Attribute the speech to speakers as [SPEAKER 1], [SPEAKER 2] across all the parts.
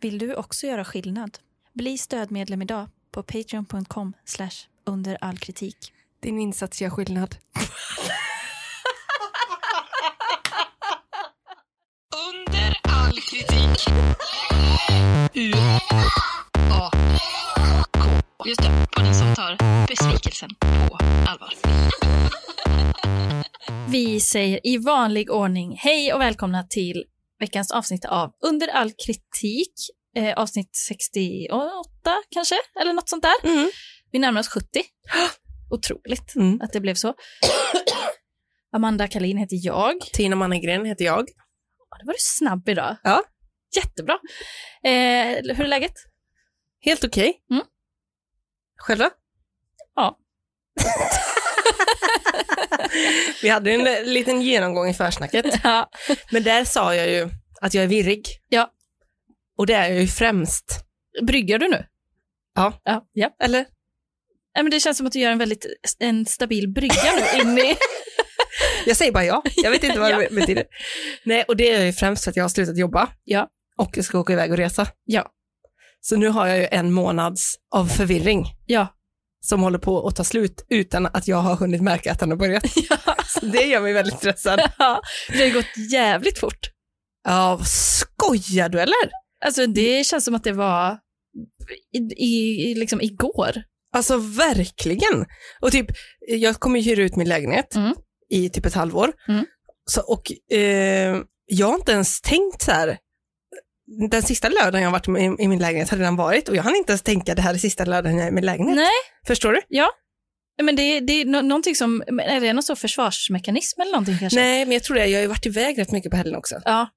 [SPEAKER 1] Vill du också göra skillnad? Bli stödmedlem idag på patreon.com under all kritik.
[SPEAKER 2] Din insats gör skillnad.
[SPEAKER 3] Under all kritik. U A K. Just det, podden som tar besvikelsen på allvar.
[SPEAKER 1] Vi säger i vanlig ordning hej och välkomna till veckans avsnitt av Under all kritik, eh, avsnitt 68 kanske, eller något sånt där.
[SPEAKER 2] Mm.
[SPEAKER 1] Vi närmar oss 70. Otroligt
[SPEAKER 2] Mm.
[SPEAKER 1] att det blev så. Amanda Kalin heter jag.
[SPEAKER 2] Tina Mannegren heter jag.
[SPEAKER 1] Ja, Det var du snabb idag.
[SPEAKER 2] Ja.
[SPEAKER 1] Jättebra. Eh, hur är läget?
[SPEAKER 2] Helt okej.
[SPEAKER 1] Mm.
[SPEAKER 2] Själva?
[SPEAKER 1] Ja.
[SPEAKER 2] Vi hade en eh, liten genomgång i försnacket,
[SPEAKER 1] Ja.
[SPEAKER 2] men där sa jag ju att jag är virrig.
[SPEAKER 1] Ja.
[SPEAKER 2] Och det är jag ju främst.
[SPEAKER 1] Bryggar du nu?
[SPEAKER 2] Ja.
[SPEAKER 1] ja. ja.
[SPEAKER 2] Eller?
[SPEAKER 1] Nej, men det känns som att du gör en väldigt en stabil brygga nu in i...
[SPEAKER 2] Jag säger bara ja. Jag vet inte vad
[SPEAKER 1] Ja.
[SPEAKER 2] det betyder. Nej, och det är jag ju främst för att jag har slutat jobba.
[SPEAKER 1] Ja.
[SPEAKER 2] Och jag ska åka iväg och resa.
[SPEAKER 1] Ja.
[SPEAKER 2] Så nu har jag ju en månads av förvirring
[SPEAKER 1] Ja.
[SPEAKER 2] som håller på att ta slut utan att jag har hunnit märka att den har börjat. Så det gör mig väldigt stressad.
[SPEAKER 1] ja. Det har ju gått jävligt fort.
[SPEAKER 2] Ja, vad skojar du eller?
[SPEAKER 1] Alltså det känns som att det var i, i, i- liksom igår.
[SPEAKER 2] Alltså verkligen. Och typ, jag kommer ju hyra ut min lägenhet
[SPEAKER 1] Mm.
[SPEAKER 2] i typ ett halvår.
[SPEAKER 1] Mm.
[SPEAKER 2] Så, och eh, jag har inte ens tänkt så här. Den sista lördagen jag har varit i, i min lägenhet har redan varit och jag hann inte ens tänka det här är sista lördagen jag är i min lägenhet.
[SPEAKER 1] Nej.
[SPEAKER 2] Förstår du?
[SPEAKER 1] Men det, det är nå- någonting som, men är det någon sån försvarsmekanism eller någonting kanske?
[SPEAKER 2] Nej, men jag tror det. Jag har ju varit iväg rätt mycket på helgen också.
[SPEAKER 1] Ja.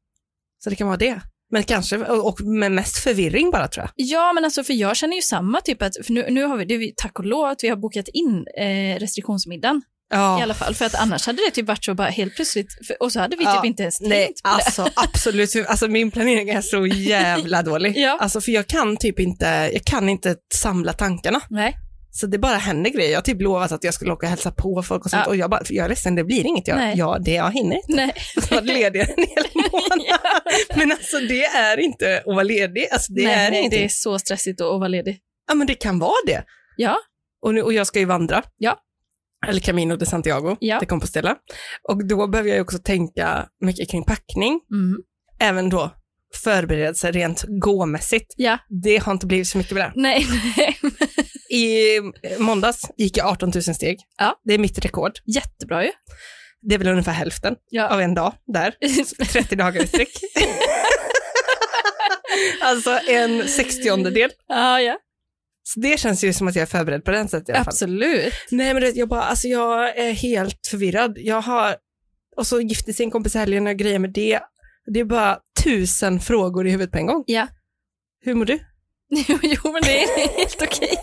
[SPEAKER 2] Så det kan vara det. Men kanske, och, och med mest förvirring bara tror jag.
[SPEAKER 1] ja, men alltså för jag känner ju samma typ att, för nu, nu har vi, det är vi, tack och lov att vi har bokat in eh, restriktionsmiddagen i
[SPEAKER 2] Ja.
[SPEAKER 1] alla fall, för att annars hade det typ varit så bara helt plötsligt, för, och så hade vi
[SPEAKER 2] Ja.
[SPEAKER 1] typ inte ens
[SPEAKER 2] Nej,
[SPEAKER 1] tänkt på det.
[SPEAKER 2] alltså absolut. Alltså min planering är så jävla dålig.
[SPEAKER 1] Ja.
[SPEAKER 2] Alltså för jag kan typ inte, jag kan inte samla tankarna.
[SPEAKER 1] Nej,
[SPEAKER 2] Så det bara händer grejer. Jag har typ lovat att jag skulle åka och hälsa på folk och sånt
[SPEAKER 1] Ja.
[SPEAKER 2] och jag bara, jag är ledsen, det blir inget. Jag,
[SPEAKER 1] Nej.
[SPEAKER 2] ja, det jag hinner.
[SPEAKER 1] nej.
[SPEAKER 2] Så var ledig en hel månad. Men alltså det är inte att vara ledig. Alltså det
[SPEAKER 1] nej,
[SPEAKER 2] är
[SPEAKER 1] nej,
[SPEAKER 2] ingenting.
[SPEAKER 1] det är så stressigt att vara ledig.
[SPEAKER 2] Ja, men det kan vara det.
[SPEAKER 1] Ja.
[SPEAKER 2] Och, nu, och jag ska ju vandra.
[SPEAKER 1] Ja.
[SPEAKER 2] Eller Camino de Santiago
[SPEAKER 1] Ja.
[SPEAKER 2] till Compostela. Och då behöver jag ju också tänka mycket kring packning.
[SPEAKER 1] Mm.
[SPEAKER 2] Även då förberedelser rent gåmässigt.
[SPEAKER 1] Ja.
[SPEAKER 2] Det har inte blivit så mycket med det.
[SPEAKER 1] Nej, nej.
[SPEAKER 2] I måndags gick jag 18 000 steg.
[SPEAKER 1] Ja.
[SPEAKER 2] Det är mitt rekord.
[SPEAKER 1] Jättebra ju.
[SPEAKER 2] Det är väl ungefär hälften
[SPEAKER 1] Ja.
[SPEAKER 2] av en dag där. 30 dagar i sträck. alltså en sextiondedel.
[SPEAKER 1] ja, ja.
[SPEAKER 2] Så det känns ju som att jag är förberedd på den sättet i alla fall.
[SPEAKER 1] Absolut.
[SPEAKER 2] Nej men du vet, jag bara, alltså jag är helt förvirrad. Jag har, och så gifte sig en kompis i helgen och grejer med det. Det är bara tusen frågor i huvudet på en gång.
[SPEAKER 1] Ja.
[SPEAKER 2] Hur mår du?
[SPEAKER 1] jo, men det är helt okej.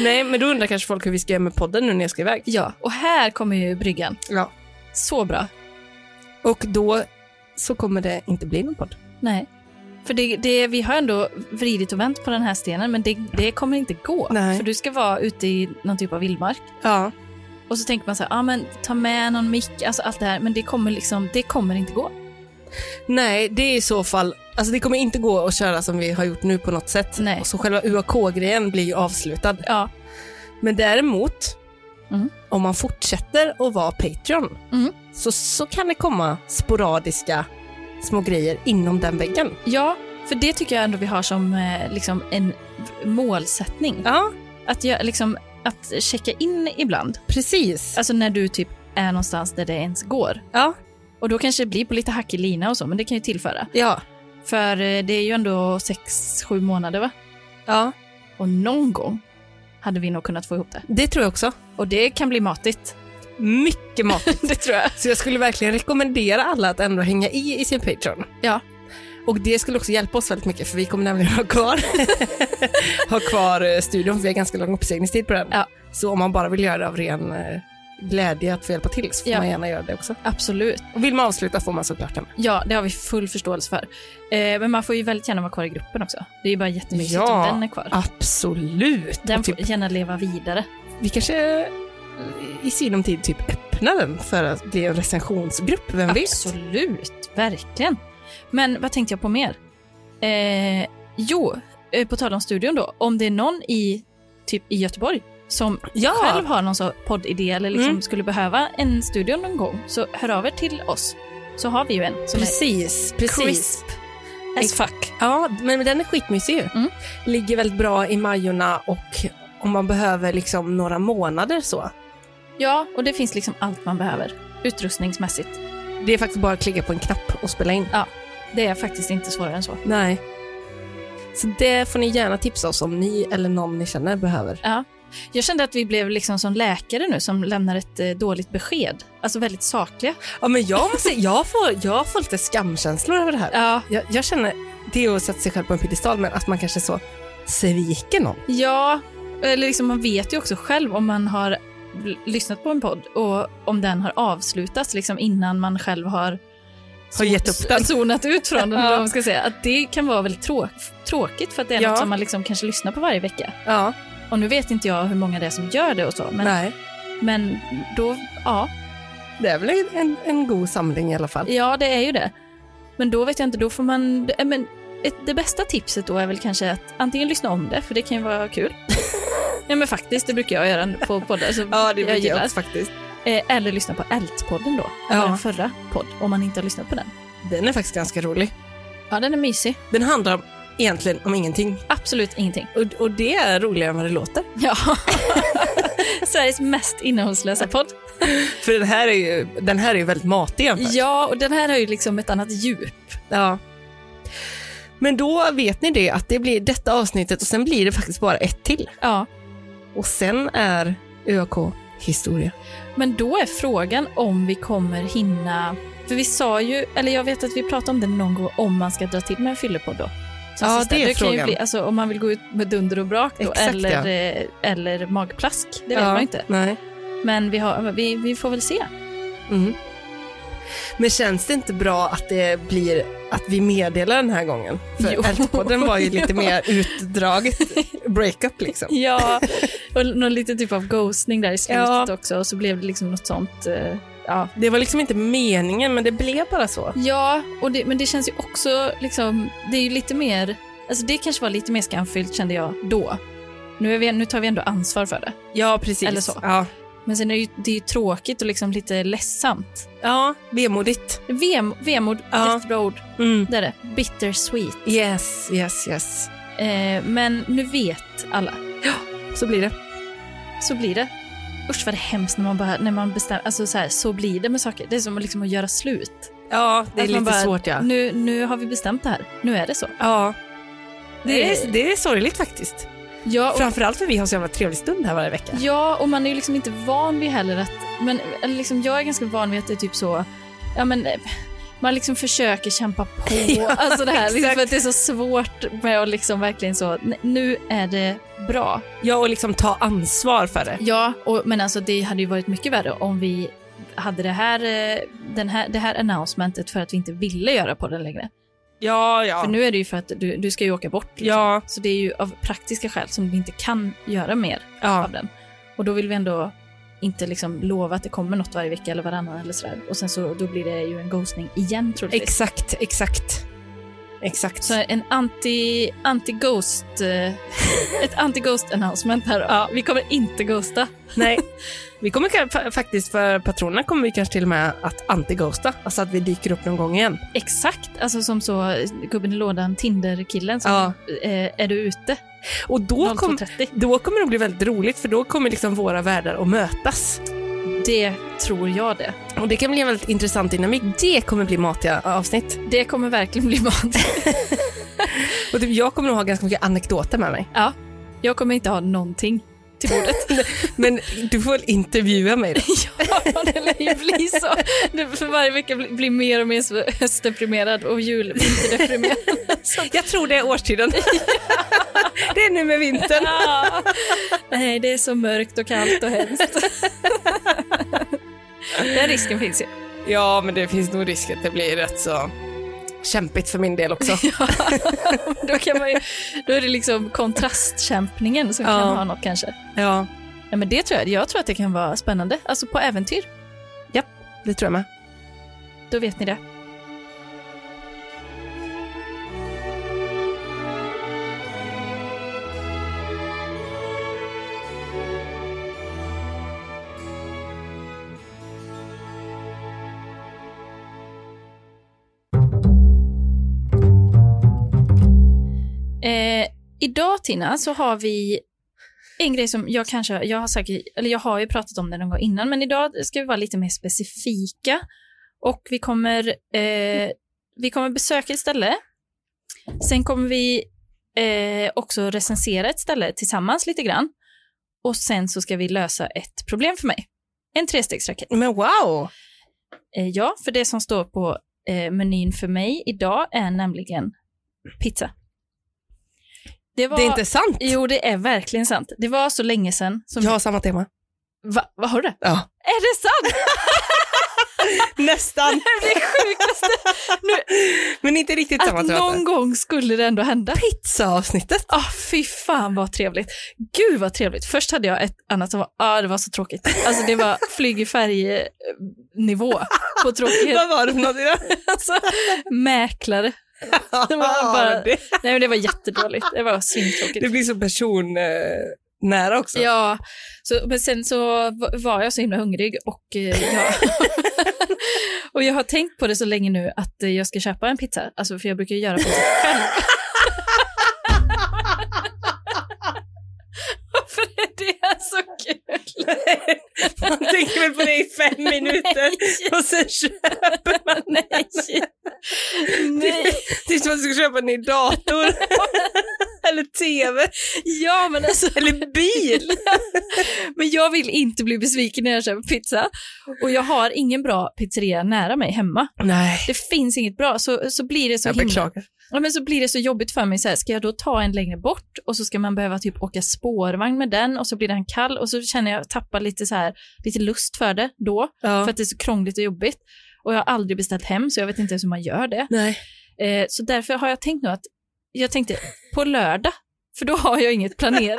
[SPEAKER 2] Nej, men då undrar kanske folk hur vi ska göra med podden nu när jag ska iväg.
[SPEAKER 1] Ja, och här kommer ju bryggan.
[SPEAKER 2] Ja.
[SPEAKER 1] Så bra.
[SPEAKER 2] Och då så kommer det inte bli någon podd.
[SPEAKER 1] Nej. För det, det, vi har ändå vridit och vänt på den här stenen, men det, det kommer inte gå.
[SPEAKER 2] Nej.
[SPEAKER 1] För du ska vara ute i någon typ av vildmark.
[SPEAKER 2] Ja.
[SPEAKER 1] Och så tänker man så här, ah, men ta med någon mick, alltså allt det här, men det kommer liksom, det kommer inte gå.
[SPEAKER 2] Nej, det är i så fall, alltså det kommer inte gå att köra som vi har gjort nu på något sätt.
[SPEAKER 1] Nej.
[SPEAKER 2] Och Så själva UAK-grejen blir ju avslutad.
[SPEAKER 1] Ja.
[SPEAKER 2] Men däremot,
[SPEAKER 1] Mm.
[SPEAKER 2] om man fortsätter att vara Patreon,
[SPEAKER 1] Mm.
[SPEAKER 2] så, så kan det komma sporadiska små grejer inom den väggen.
[SPEAKER 1] Ja, för det tycker jag ändå vi har som eh, liksom en målsättning.
[SPEAKER 2] Ja,
[SPEAKER 1] Att, jag, liksom, att checka in ibland.
[SPEAKER 2] precis.
[SPEAKER 1] Alltså när du typ är någonstans där det ens går.
[SPEAKER 2] Ja.
[SPEAKER 1] Och då kanske det blir på lite hackig lina och så, men det kan ju tillföra.
[SPEAKER 2] Ja.
[SPEAKER 1] För eh, det är ju ändå sex, sju månader va?
[SPEAKER 2] ja,
[SPEAKER 1] Och någon gång hade vi nog kunnat få ihop det.
[SPEAKER 2] det tror jag också.
[SPEAKER 1] Och det kan bli matigt.
[SPEAKER 2] Mycket mat.
[SPEAKER 1] det tror jag.
[SPEAKER 2] Så jag skulle verkligen rekommendera alla att ändå hänga i i sin Patreon.
[SPEAKER 1] Ja.
[SPEAKER 2] Och det skulle också hjälpa oss väldigt mycket för vi kommer nämligen ha kvar, ha kvar eh, studion för vi har ganska lång uppsägningstid på den.
[SPEAKER 1] Ja.
[SPEAKER 2] Så om man bara vill göra det av ren eh, glädje att få hjälpa till så får
[SPEAKER 1] Ja.
[SPEAKER 2] man gärna göra det också.
[SPEAKER 1] Absolut.
[SPEAKER 2] Och vill man avsluta får man såklart det med.
[SPEAKER 1] Ja, det har vi full förståelse för. Eh, men man får ju väldigt gärna vara kvar i gruppen också. Det är ju bara jättemysigt
[SPEAKER 2] Ja.
[SPEAKER 1] om den är kvar.
[SPEAKER 2] Absolut!
[SPEAKER 1] Den
[SPEAKER 2] Och typ,
[SPEAKER 1] får gärna leva vidare.
[SPEAKER 2] vi kanske eh, i sinom tid typ öppnar den för att bli en recensionsgrupp, vem vet?
[SPEAKER 1] Absolut, verkligen. Men vad tänkte jag på mer? Eh, jo, eh, på tal om studion då. Om det är någon i, typ i Göteborg som
[SPEAKER 2] Ja,
[SPEAKER 1] själv har någon så poddidé eller liksom
[SPEAKER 2] Mm.
[SPEAKER 1] skulle behöva en studio någon gång, så hör av er till oss. Så har vi ju en som
[SPEAKER 2] precis.
[SPEAKER 1] är
[SPEAKER 2] precis.
[SPEAKER 1] crisp as fuck.
[SPEAKER 2] Ja, men men den är skitmysig ju.
[SPEAKER 1] Mm.
[SPEAKER 2] Ligger väldigt bra i Majorna och om man behöver liksom några månader så.
[SPEAKER 1] Ja, och det finns liksom allt man behöver utrustningsmässigt.
[SPEAKER 2] Det är faktiskt bara att klicka på en knapp och spela in.
[SPEAKER 1] Det är faktiskt inte svårare än så.
[SPEAKER 2] Nej. Så det får ni gärna tipsa oss om ni eller någon ni känner behöver.
[SPEAKER 1] Jag kände att vi blev liksom som läkare nu som lämnar ett eh, dåligt besked. Alltså väldigt sakliga.
[SPEAKER 2] Ja, men jag måste jag får, jag får lite skamkänslor över det här.
[SPEAKER 1] Ja,
[SPEAKER 2] Jag, jag känner, det är att sätta sig själv på en piedestal, men att man kanske så sviker någon.
[SPEAKER 1] ja eller liksom man vet ju också själv om man har l- lyssnat på en podd och om den har avslutats liksom innan man själv har
[SPEAKER 2] Har gett upp den.
[SPEAKER 1] zonat ut från den.
[SPEAKER 2] Ja.
[SPEAKER 1] eller vad man ska säga. Att det kan vara väldigt trå- tråkigt för att det är
[SPEAKER 2] Ja.
[SPEAKER 1] något som man liksom kanske lyssnar på varje vecka.
[SPEAKER 2] Ja,
[SPEAKER 1] Och nu vet inte jag hur många det är som gör det och så, men,
[SPEAKER 2] nej.
[SPEAKER 1] men då, ja,
[SPEAKER 2] Det är väl en, en god samling i alla fall.
[SPEAKER 1] Ja, det är ju det. Men då vet jag inte, då får man... eh, Men ett, det bästa tipset då är väl kanske att antingen lyssna om det, för det kan ju vara kul. ja, men faktiskt, det brukar jag göra på poddar. Så jag
[SPEAKER 2] brukar
[SPEAKER 1] gillar.
[SPEAKER 2] också faktiskt.
[SPEAKER 1] Eh, Eller lyssna på Ält-podden då,
[SPEAKER 2] Ja.
[SPEAKER 1] vår förra podd, om man inte har lyssnat på den.
[SPEAKER 2] Den är faktiskt ganska rolig.
[SPEAKER 1] Ja, den är mysig.
[SPEAKER 2] Den handlar om, egentligen om ingenting.
[SPEAKER 1] Absolut ingenting.
[SPEAKER 2] Och, och det är roligare än vad det låter.
[SPEAKER 1] Ja. Sveriges mest innehållslösa podd.
[SPEAKER 2] För den här är ju, den här är ju väldigt matig jämfört.
[SPEAKER 1] Ja, och den här har ju liksom ett annat djup.
[SPEAKER 2] Ja. Men då vet ni det att det blir detta avsnittet och sen blir det faktiskt bara ett till.
[SPEAKER 1] Ja.
[SPEAKER 2] Och sen är ÖK historia.
[SPEAKER 1] Men då är frågan om vi kommer hinna... För vi sa ju, eller jag vet att vi pratade om det någon gång, om man ska dra till med en fyllepodd då. Som
[SPEAKER 2] Ja, det är
[SPEAKER 1] kan ju
[SPEAKER 2] frågan.
[SPEAKER 1] alltså, om man vill gå ut med dunder och brak då,
[SPEAKER 2] Exakt,
[SPEAKER 1] eller, eh, eller magplask. Det vet
[SPEAKER 2] ja.
[SPEAKER 1] man ju inte.
[SPEAKER 2] Nej.
[SPEAKER 1] Men vi, har, vi, vi får väl se.
[SPEAKER 2] Mm. Men känns det inte bra att det blir att vi meddelar den här gången?
[SPEAKER 1] Jo.
[SPEAKER 2] För Ältpodden var ju lite mer utdraget breakup liksom.
[SPEAKER 1] Ja, och någon liten typ av ghostning där i slutet
[SPEAKER 2] Ja.
[SPEAKER 1] också. Och så blev det liksom något sånt. eh, ja,
[SPEAKER 2] Det var liksom inte meningen men det blev bara så.
[SPEAKER 1] ja och det, men det känns ju också liksom, det är ju lite mer, alltså det kanske var lite mer skamfyllt kände jag då. Nu, är vi, nu tar vi ändå ansvar för det.
[SPEAKER 2] Ja precis.
[SPEAKER 1] Eller så.
[SPEAKER 2] Ja,
[SPEAKER 1] Men sen är det ju, det är ju tråkigt och liksom lite ledsamt.
[SPEAKER 2] ja vemodigt.
[SPEAKER 1] Vem, vemod,
[SPEAKER 2] Ja.
[SPEAKER 1] jättebra ord.
[SPEAKER 2] Mm.
[SPEAKER 1] Det är det. Bittersweet.
[SPEAKER 2] Yes, yes, yes.
[SPEAKER 1] Eh, men nu vet alla.
[SPEAKER 2] Så blir det.
[SPEAKER 1] Så blir det. Usch vad det är hemskt när man, bara, när man bestämmer, alltså så, här, så blir det med saker. Det är som att liksom att göra slut.
[SPEAKER 2] Ja, det är
[SPEAKER 1] Att man
[SPEAKER 2] lite
[SPEAKER 1] bara-
[SPEAKER 2] svårt ja.
[SPEAKER 1] Nu, nu har vi bestämt det här. Nu är det så.
[SPEAKER 2] Ja. Det är,
[SPEAKER 1] Eh,
[SPEAKER 2] det är sorgligt faktiskt.
[SPEAKER 1] ja, och,
[SPEAKER 2] Framförallt för vi har så jävla trevlig stund här varje vecka.
[SPEAKER 1] ja, och man är ju liksom inte van vid heller att, men eller liksom, jag är ganska van vid att det är typ så, ja men eh, man liksom försöker kämpa på.
[SPEAKER 2] Ja,
[SPEAKER 1] alltså det här, liksom,
[SPEAKER 2] exakt.
[SPEAKER 1] för att det är så svårt med att liksom verkligen så, "Nej, nu är det bra.
[SPEAKER 2] Ja, och liksom ta ansvar för det.
[SPEAKER 1] Ja, och, men alltså det hade ju varit mycket värre om vi hade det här, eh, den här, det här announcementet för att vi inte ville göra podden längre.
[SPEAKER 2] Ja, ja.
[SPEAKER 1] För nu är det ju för att du, du ska ju åka bort. Liksom.
[SPEAKER 2] Ja,
[SPEAKER 1] Så det är ju av praktiska skäl som vi inte kan göra mer
[SPEAKER 2] ja.
[SPEAKER 1] av den. Och då vill vi ändå inte liksom lova att det kommer något varje vecka eller varannan eller sådär. Och sen så då blir det ju en ghostning igen troligtvis.
[SPEAKER 2] Exakt, exakt. Exakt.
[SPEAKER 1] Så en anti, anti-ghost, eh, ett anti-ghost announcement här då. Ja, vi kommer inte ghosta.
[SPEAKER 2] Nej. Vi kommer ka- fa- faktiskt, för patronerna kommer vi kanske till och med att anti-ghosta. Alltså att vi dyker upp någon gång igen.
[SPEAKER 1] Exakt, alltså som så eh, gubben i lådan, Tinder-killen som
[SPEAKER 2] Ja.
[SPEAKER 1] eh, är du ute
[SPEAKER 2] Och då, kom,
[SPEAKER 1] 02.30.
[SPEAKER 2] då kommer det bli väldigt roligt för då kommer liksom våra världar att mötas.
[SPEAKER 1] Det tror jag det.
[SPEAKER 2] Och det kan bli en väldigt intressant dynamik. Det kommer bli matiga avsnitt.
[SPEAKER 1] Det kommer verkligen bli mat.
[SPEAKER 2] Och typ, jag kommer nog ha ganska mycket anekdoter med mig.
[SPEAKER 1] Jag kommer inte ha någonting till bordet.
[SPEAKER 2] Men du får väl intervjua mig då.
[SPEAKER 1] ja, det lär ju bli så. Det, för varje vecka bli- blir mer och mer så höstdeprimerad och julvinterdeprimerad.
[SPEAKER 2] Jag tror det är årstiden. det är nu med vintern.
[SPEAKER 1] Ja. Nej, det är så mörkt och kallt och hemskt. Den risken finns ju.
[SPEAKER 2] Ja, men det finns nog risk att det blir rätt så kämpigt för min del också.
[SPEAKER 1] Då, kan man ju, då är det liksom kontrastkämpningen som
[SPEAKER 2] Ja.
[SPEAKER 1] kan ha något kanske.
[SPEAKER 2] ja,
[SPEAKER 1] Ja, men det tror jag. Jag tror att det kan vara spännande. Alltså på äventyr,
[SPEAKER 2] det tror jag med.
[SPEAKER 1] då vet ni det. Eh, idag Tina så har vi en grej som jag kanske, jag har säkert, eller jag har ju pratat om det någon gång innan, men idag ska vi vara lite mer specifika och vi kommer, eh, vi kommer besöka ett ställe. Sen kommer vi eh, också recensera ett ställe tillsammans lite grann och sen så ska vi lösa ett problem för mig. En trestegsraket.
[SPEAKER 2] Men wow!
[SPEAKER 1] Eh, ja, för det som står på eh, menyn för mig idag är nämligen pizza. var-
[SPEAKER 2] Det är inte sant.
[SPEAKER 1] Jo, det är verkligen sant. Det var så länge sedan. Som...
[SPEAKER 2] Jag har samma tema.
[SPEAKER 1] Va, vad har du det?
[SPEAKER 2] Ja.
[SPEAKER 1] Är det sant?
[SPEAKER 2] Nästan,
[SPEAKER 1] Det är sjukaste.
[SPEAKER 2] men inte riktigt samma
[SPEAKER 1] Att
[SPEAKER 2] tema.
[SPEAKER 1] någon gång skulle det ändå hända.
[SPEAKER 2] Pizzaavsnittet.
[SPEAKER 1] Ah, fy fan vad trevligt. Gud vad trevligt. Först hade jag ett annat som var, ah, det var så tråkigt. Alltså det var flyg i färg-nivå på tråkighet.
[SPEAKER 2] Vad var det för något? idag?
[SPEAKER 1] Alltså, mäklare. Det var bara-
[SPEAKER 2] det,
[SPEAKER 1] Nej men det var jättedåligt. Det var svintråkigt.
[SPEAKER 2] det blir så personnära också.
[SPEAKER 1] Ja, så, men sen så va- var jag så himla hungrig och, eh, jag, och jag har tänkt på det så länge nu att eh, jag ska köpa en pizza, alltså, för jag brukar ju göra pizza själv. Varför är det så kul?
[SPEAKER 2] Man tänker väl på det i fem minuter och sen köper man
[SPEAKER 1] Nej. Nej.
[SPEAKER 2] tills man ska köpa en ny dator. Eller tv.
[SPEAKER 1] Ja, men alltså,
[SPEAKER 2] Eller bil.
[SPEAKER 1] men jag vill inte bli besviken när jag köper pizza. Och jag har ingen bra pizzeria nära mig hemma.
[SPEAKER 2] Nej,
[SPEAKER 1] Det finns inget bra, så, så blir det så
[SPEAKER 2] jag
[SPEAKER 1] himla
[SPEAKER 2] beklagar.
[SPEAKER 1] Ja, men så blir det så jobbigt för mig. Så här, ska jag då ta en längre bort och så ska man behöva typ åka spårvagn med den och så blir den kall och så känner jag tappa lite så här, lite lust för det då,
[SPEAKER 2] Ja.
[SPEAKER 1] för att det är så krångligt och jobbigt. Och jag har aldrig beställt hem så jag vet inte ens hur man gör det.
[SPEAKER 2] Nej.
[SPEAKER 1] Eh, så därför har jag tänkt nu att, jag tänkte på lördag, för då har jag inget planerat.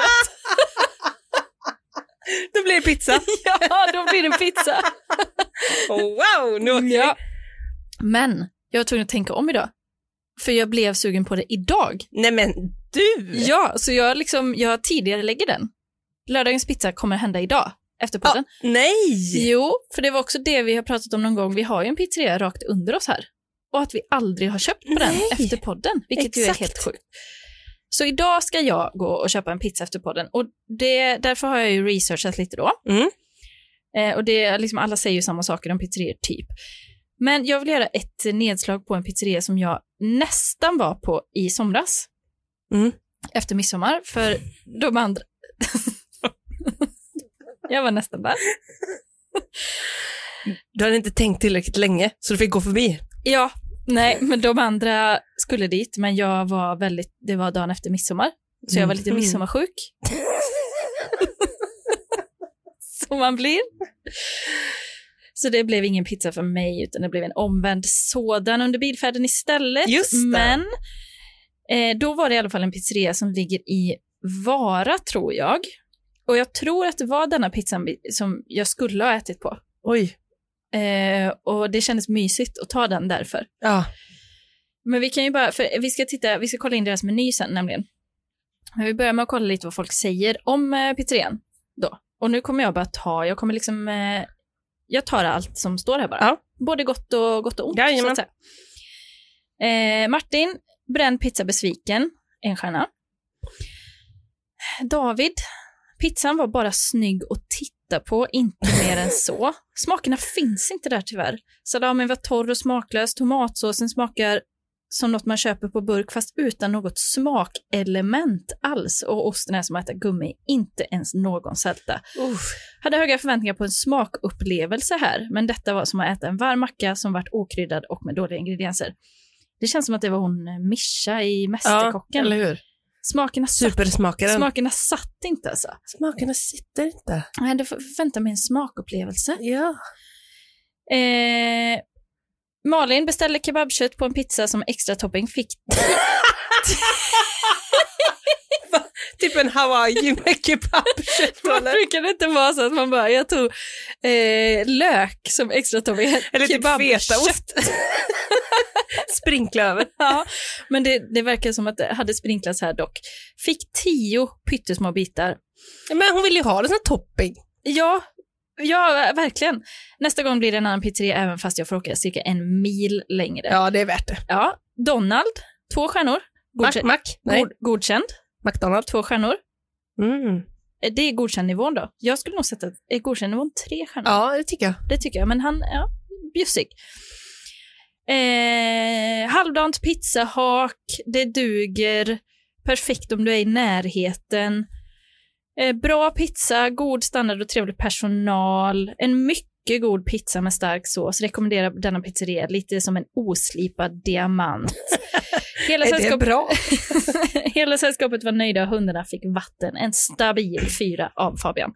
[SPEAKER 2] Då blir det pizza.
[SPEAKER 1] ja, då blir det pizza.
[SPEAKER 2] Wow, nu åker
[SPEAKER 1] Ja. Men jag var tvungen att tänka om idag, för jag blev sugen på det idag.
[SPEAKER 2] vi. Nej men du!
[SPEAKER 1] Ja, så jag, liksom, jag tidigare lägger den. Lördagens pizza kommer hända idag, efter podden.
[SPEAKER 2] Nej!
[SPEAKER 1] Jo, för det var också det vi har pratat om någon gång. Vi har ju en pizzeria rakt under oss här. Och att vi aldrig har köpt på den
[SPEAKER 2] Nej.
[SPEAKER 1] efter podden, vilket ju är
[SPEAKER 2] Exakt.
[SPEAKER 1] helt sjukt. Så idag ska jag gå och köpa en pizza efter podden. Och det, därför har jag ju researchat lite då.
[SPEAKER 2] Mm.
[SPEAKER 1] Eh, och det, är liksom, alla säger ju samma saker om pizzerior, typ. Men jag vill göra ett nedslag på en pizzeria som jag nästan var på i somras.
[SPEAKER 2] Mm.
[SPEAKER 1] Efter midsommar, för de andra... jag var nästan där.
[SPEAKER 2] Du hade inte tänkt tillräckligt länge så du fick gå förbi.
[SPEAKER 1] Ja, nej, men de andra skulle dit, men jag var väldigt... Det var dagen efter midsommar, så jag var lite
[SPEAKER 2] Mhm.
[SPEAKER 1] midsommarsjuk. Som man blir. Så det blev ingen pizza för mig, utan det blev en omvänd sådan under bilfärden istället.
[SPEAKER 2] Just det.
[SPEAKER 1] Men eh, då var det i alla fall en pizzeria som ligger i Vara, tror jag. Och jag tror att det var denna pizzan vi- som jag skulle ha ätit på.
[SPEAKER 2] Oj.
[SPEAKER 1] Eh, och det kändes mysigt att ta den därför.
[SPEAKER 2] Ja.
[SPEAKER 1] Men vi kan ju bara, för vi ska titta, vi ska kolla in deras meny sen nämligen. Men vi börjar med att kolla lite vad folk säger om eh, pizzerian då. Och nu kommer jag bara ta, jag kommer liksom, eh, jag tar allt som står här bara.
[SPEAKER 2] Ja.
[SPEAKER 1] Både gott och, gott och ont.
[SPEAKER 2] Jajamän.
[SPEAKER 1] Så att säga. Eh, Martin, bränd pizza besviken, en stjärna. David, pizzan var bara snygg att titta på, inte mer än så. Smakerna finns inte där tyvärr. Salamin var torr och smaklös, tomatsåsen smakar som något man köper på burk fast utan något smakelement alls och osten är som att äta gummi, inte ens någon sälta. Hade höga förväntningar på en smakupplevelse här, men detta var som att äta en varm macka som varit okryddad och med dåliga ingredienser. Det känns som att det var hon eh, Mischa i Mästerkocken.
[SPEAKER 2] eller hur?
[SPEAKER 1] Smakerna, satt,
[SPEAKER 2] Supersmakaren.
[SPEAKER 1] smakerna satt inte alltså.
[SPEAKER 2] Smakerna sitter inte.
[SPEAKER 1] Nej, det får vänta med en smakupplevelse.
[SPEAKER 2] Ja.
[SPEAKER 1] Eh, Malin beställde kebabkött på en pizza som extra topping. Fick
[SPEAKER 2] Typ en hawaii med kebabkött
[SPEAKER 1] Man
[SPEAKER 2] eller,
[SPEAKER 1] brukar det inte vara så att man bara, jag tog eh, lök som extra topping.
[SPEAKER 2] eller typ
[SPEAKER 1] Kebabkött.
[SPEAKER 2] fetaost. Springklöver.
[SPEAKER 1] Ja, men det, det verkar som att det hade sprinklats här dock. Fick tio pyttesmå bitar.
[SPEAKER 2] Men hon vill ju ha det som topping.
[SPEAKER 1] Ja, ja, verkligen. Nästa gång blir det en annan pizzeria även fast jag får åka cirka en mil längre.
[SPEAKER 2] Ja, det är värt det.
[SPEAKER 1] Ja, Donald, två stjärnor.
[SPEAKER 2] Mac?
[SPEAKER 1] Godkänd.
[SPEAKER 2] Mac? Nej.
[SPEAKER 1] God, godkänd.
[SPEAKER 2] McDonald?
[SPEAKER 1] Två stjärnor.
[SPEAKER 2] Mm.
[SPEAKER 1] Eh, Det är godkänd-nivån då. Jag skulle nog sätta eh, godkänd-nivån tre stjärnor.
[SPEAKER 2] Ja, det tycker jag.
[SPEAKER 1] Det tycker jag, men han, ja, bjussig. Eh, halvdant pizzahak, det duger. Perfekt om du är i närheten. Eh, bra pizza, god standard och trevlig personal. En mycket god pizza med stark sås. Rekommenderar denna pizzeria lite som en oslipad diamant. Hela,
[SPEAKER 2] Är det
[SPEAKER 1] sällskap-
[SPEAKER 2] bra?
[SPEAKER 1] Hela sällskapet var nöjda och hundarna fick vatten. En stabil fyra av Fabian.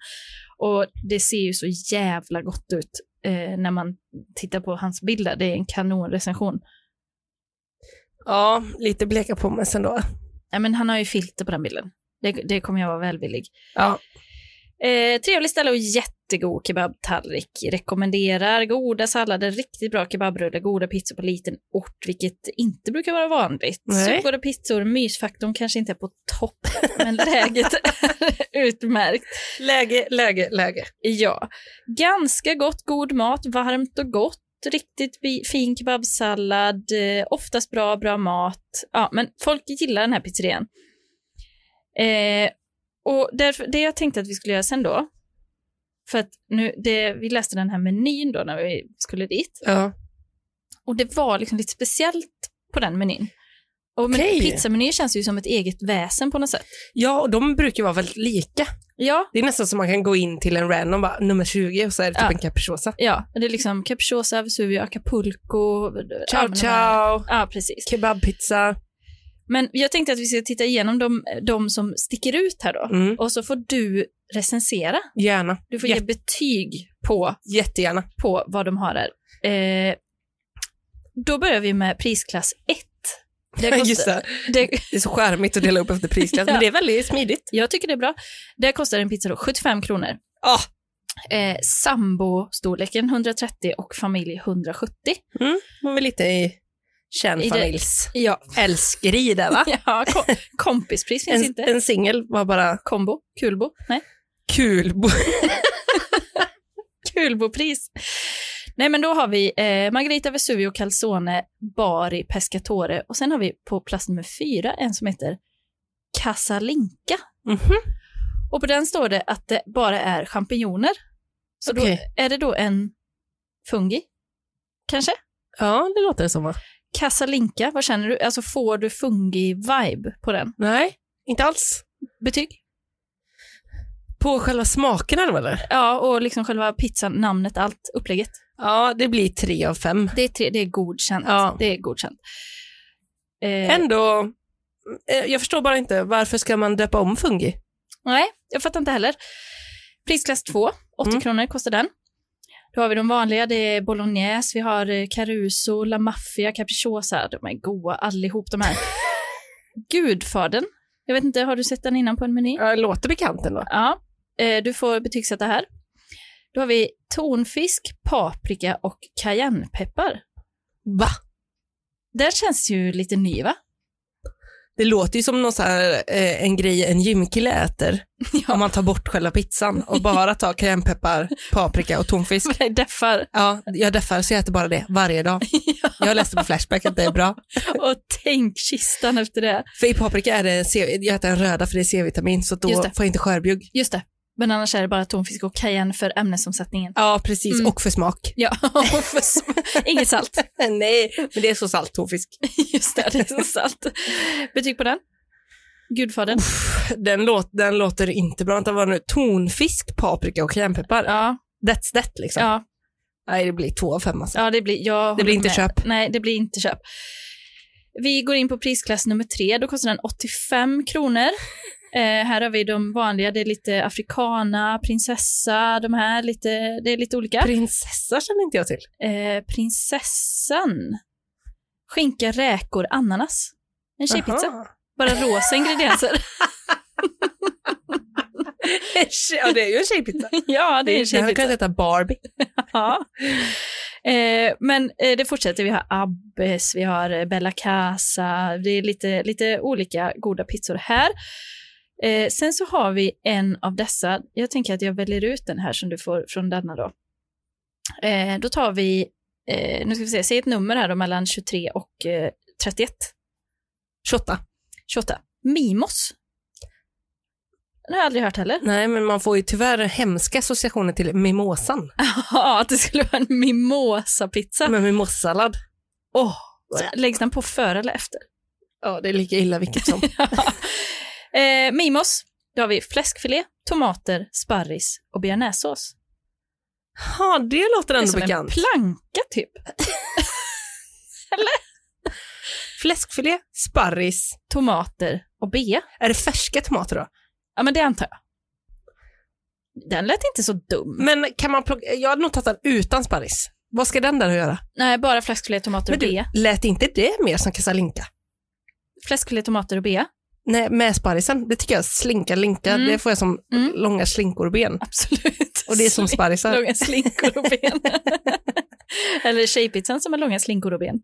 [SPEAKER 1] Och det ser ju så jävla gott ut eh, när man tittar på hans bilder. Det är en kanonrecension.
[SPEAKER 2] Ja, lite bleka på mig sen då.
[SPEAKER 1] Ja, men han har ju filter på den bilden. Det, det kommer jag vara välvillig.
[SPEAKER 2] Ja.
[SPEAKER 1] Eh, trevligt ställe och jättegod kebabtallrik. Rekommenderar goda sallader, riktigt bra kebabrullar, goda pizzor på liten ort, vilket inte brukar vara vanligt.
[SPEAKER 2] Nej.
[SPEAKER 1] Syltgårda pizzor, mysfaktorn kanske inte är på topp, men läget är utmärkt.
[SPEAKER 2] Läge, läge, läge.
[SPEAKER 1] Ja, ganska gott, god mat, varmt och gott, riktigt bi- fin kebabsallad, eh, oftast bra, bra mat. Ja, men folk gillar den här pizzerian. Eh, och därför, det jag tänkte att vi skulle göra sen då, för att nu, det, vi läste den här menyn då när vi skulle dit,
[SPEAKER 2] Ja.
[SPEAKER 1] och det var liksom lite speciellt på den menyn. Och men,
[SPEAKER 2] Okej.
[SPEAKER 1] pizzamenyer känns ju som ett eget väsen på något sätt.
[SPEAKER 2] ja, och de brukar ju vara väldigt lika.
[SPEAKER 1] Ja,
[SPEAKER 2] Det är nästan som man kan gå in till en random, bara, nummer 20, och så är det typ
[SPEAKER 1] Ja.
[SPEAKER 2] en capricciosa.
[SPEAKER 1] ja, det är liksom capricciosa, Vesuvio, acapulco. ja,
[SPEAKER 2] Ciao,
[SPEAKER 1] men de här-
[SPEAKER 2] ciao.
[SPEAKER 1] Ja, precis.
[SPEAKER 2] Kebabpizza.
[SPEAKER 1] Men jag tänkte att vi ska titta igenom de, de som sticker ut här då.
[SPEAKER 2] Mm.
[SPEAKER 1] Och så får du recensera.
[SPEAKER 2] Gärna.
[SPEAKER 1] Du får
[SPEAKER 2] Ja.
[SPEAKER 1] ge betyg på,
[SPEAKER 2] Jättegärna.
[SPEAKER 1] på vad de har här. Eh, då börjar vi med prisklass 1. Det kostar-
[SPEAKER 2] Just det.
[SPEAKER 1] det,
[SPEAKER 2] Det är så charmigt att dela upp efter prisklass,
[SPEAKER 1] Ja.
[SPEAKER 2] men det är väldigt smidigt.
[SPEAKER 1] jag tycker det är bra. Det kostar en pizza då 75 kronor.
[SPEAKER 2] Ah.
[SPEAKER 1] Eh, Sambo-storleken 130 och familj 170.
[SPEAKER 2] Man är lite i kärnfamiljs...
[SPEAKER 1] Ja,
[SPEAKER 2] Älskeri där va?
[SPEAKER 1] ja kom, kompispris finns
[SPEAKER 2] En,
[SPEAKER 1] inte.
[SPEAKER 2] en singel var bara
[SPEAKER 1] Kombo, kulbo, nej.
[SPEAKER 2] kul.
[SPEAKER 1] Kulbopris. Nej, men då har vi eh, Margarita Vesuvio Calzone, Bari Pescatore och sen har vi på plats nummer fyra en som heter Casalinka.
[SPEAKER 2] Mhm.
[SPEAKER 1] Och på den står det att det bara är champinjoner. Så
[SPEAKER 2] Okej.
[SPEAKER 1] då är det då en fungi, kanske?
[SPEAKER 2] Ja, det låter det som va?
[SPEAKER 1] Casalinka, vad känner du? Alltså får du fungi-vibe på den?
[SPEAKER 2] Nej, inte alls.
[SPEAKER 1] Betyg?
[SPEAKER 2] På själva smaken eller?
[SPEAKER 1] Ja, och liksom själva pizzan, namnet, allt, upplägget.
[SPEAKER 2] Ja, det blir tre av fem.
[SPEAKER 1] Det är, tre, det är godkänt.
[SPEAKER 2] Ja.
[SPEAKER 1] Det är godkänt. Eh,
[SPEAKER 2] Ändå, eh, jag förstår bara inte, varför ska man döpa om fungi?
[SPEAKER 1] Nej, jag fattar inte heller. Prisklass 2, 80
[SPEAKER 2] Mm.
[SPEAKER 1] kronor kostar den. Då har vi de vanliga, det är bolognese, vi har eh, Caruso, La Mafia, Capricciosa. De är goa allihop de här. Gudfadern, jag vet inte, har du sett den innan på en meny?
[SPEAKER 2] Ja, det låter bekant ändå.
[SPEAKER 1] Ja, eh, du får betygsätta här. Då har vi tonfisk, paprika och cayennepeppar.
[SPEAKER 2] Va?
[SPEAKER 1] Den känns ju lite ny va?
[SPEAKER 2] Det låter ju som någon så här, eh, en grej en gymkille äter.
[SPEAKER 1] Ja.
[SPEAKER 2] Om man tar bort själva pizzan och bara tar cayennepeppar, paprika och tonfisk.
[SPEAKER 1] Deffar
[SPEAKER 2] Ja, jag deffar så jag äter bara det varje dag. Jag läste på Flashback att det är bra.
[SPEAKER 1] och tänk kistan efter det.
[SPEAKER 2] För i paprika är det, C- jag äter den röda för det är C-vitamin så då
[SPEAKER 1] Just
[SPEAKER 2] får
[SPEAKER 1] det.
[SPEAKER 2] jag inte skörbjugg.
[SPEAKER 1] Just det. Men annars är det bara tonfisk och cayenne för ämnesomsättningen.
[SPEAKER 2] Ja, precis.
[SPEAKER 1] Mm.
[SPEAKER 2] Och för smak.
[SPEAKER 1] Ja, och för sm- inget salt.
[SPEAKER 2] Nej, men det är så salt tonfisk.
[SPEAKER 1] Just det, det är så salt. Betyg på den? Gudfadern?
[SPEAKER 2] Den, låt, den låter inte bra. Det var nu tonfisk, paprika och cayennepeppar.
[SPEAKER 1] Ja,
[SPEAKER 2] That's that liksom.
[SPEAKER 1] ja,
[SPEAKER 2] Nej, det blir två av fem alltså.
[SPEAKER 1] ja, det blir... Jag
[SPEAKER 2] Det blir
[SPEAKER 1] håller
[SPEAKER 2] inte
[SPEAKER 1] med.
[SPEAKER 2] köp.
[SPEAKER 1] Nej, det blir inte köp. Vi går in på prisklass nummer tre. Då kostar den 85 kronor. Eh, här har vi de vanliga. Det är lite afrikana, prinsessa, de här. Lite, det är lite olika.
[SPEAKER 2] Prinsessa känner inte jag till.
[SPEAKER 1] Eh, prinsessan. Skinka, räkor, ananas. En tjejpizza.
[SPEAKER 2] Aha.
[SPEAKER 1] Bara rosa ingredienser.
[SPEAKER 2] ja, det är ju en tjejpizza.
[SPEAKER 1] ja, det är en
[SPEAKER 2] Den hade
[SPEAKER 1] tjejpizza.
[SPEAKER 2] kunnat heta Barbie.
[SPEAKER 1] Ja. Eh, men eh, det fortsätter. Vi har Abbes, vi har eh, Bella Casa. Det är lite, lite olika goda pizzor här. Eh, sen så har vi en av dessa. Jag tänker att jag väljer ut den här som du får från denna då. Eh, då tar vi, eh, nu ska vi se, säg ett nummer här då mellan 23 och eh, 31.
[SPEAKER 2] 28.
[SPEAKER 1] 28. Mimos. Den har jag aldrig hört heller.
[SPEAKER 2] Nej, men man får ju tyvärr hemska associationer till mimosan.
[SPEAKER 1] Ja, att det skulle vara en mimosa-pizza.
[SPEAKER 2] Med mimossallad. Åh,
[SPEAKER 1] Så Läggs den på före eller efter?
[SPEAKER 2] ja, det är lika illa vilket som.
[SPEAKER 1] eh, mimos, då har vi fläskfilé, tomater, sparris och bearnaisesås.
[SPEAKER 2] Ja, det
[SPEAKER 1] Det
[SPEAKER 2] låter
[SPEAKER 1] är
[SPEAKER 2] ändå
[SPEAKER 1] som en
[SPEAKER 2] bekant.
[SPEAKER 1] planka typ.
[SPEAKER 2] Fläskfilé, sparris.
[SPEAKER 1] Tomater och bea.
[SPEAKER 2] Är det färska tomater då?
[SPEAKER 1] Ja, men det antar jag. Den lät inte så dum.
[SPEAKER 2] Men kan man plocka, jag hade nog tagit den utan sparris. Vad ska den där göra?
[SPEAKER 1] Nej, bara fläskfilé, tomater och
[SPEAKER 2] Men du,
[SPEAKER 1] bea.
[SPEAKER 2] lät inte det mer som kassalinka?
[SPEAKER 1] Fläskfilé, tomater och bea.
[SPEAKER 2] Nej, med sparrisen. Det tycker jag, slinka, linka,
[SPEAKER 1] Mm.
[SPEAKER 2] det får jag som
[SPEAKER 1] Mm.
[SPEAKER 2] långa slinkor och ben.
[SPEAKER 1] Absolut.
[SPEAKER 2] Och det är som
[SPEAKER 1] Slink-
[SPEAKER 2] sparrisar.
[SPEAKER 1] Långa slinkor och ben. Eller tjejpizzan som har långa slinkor och ben.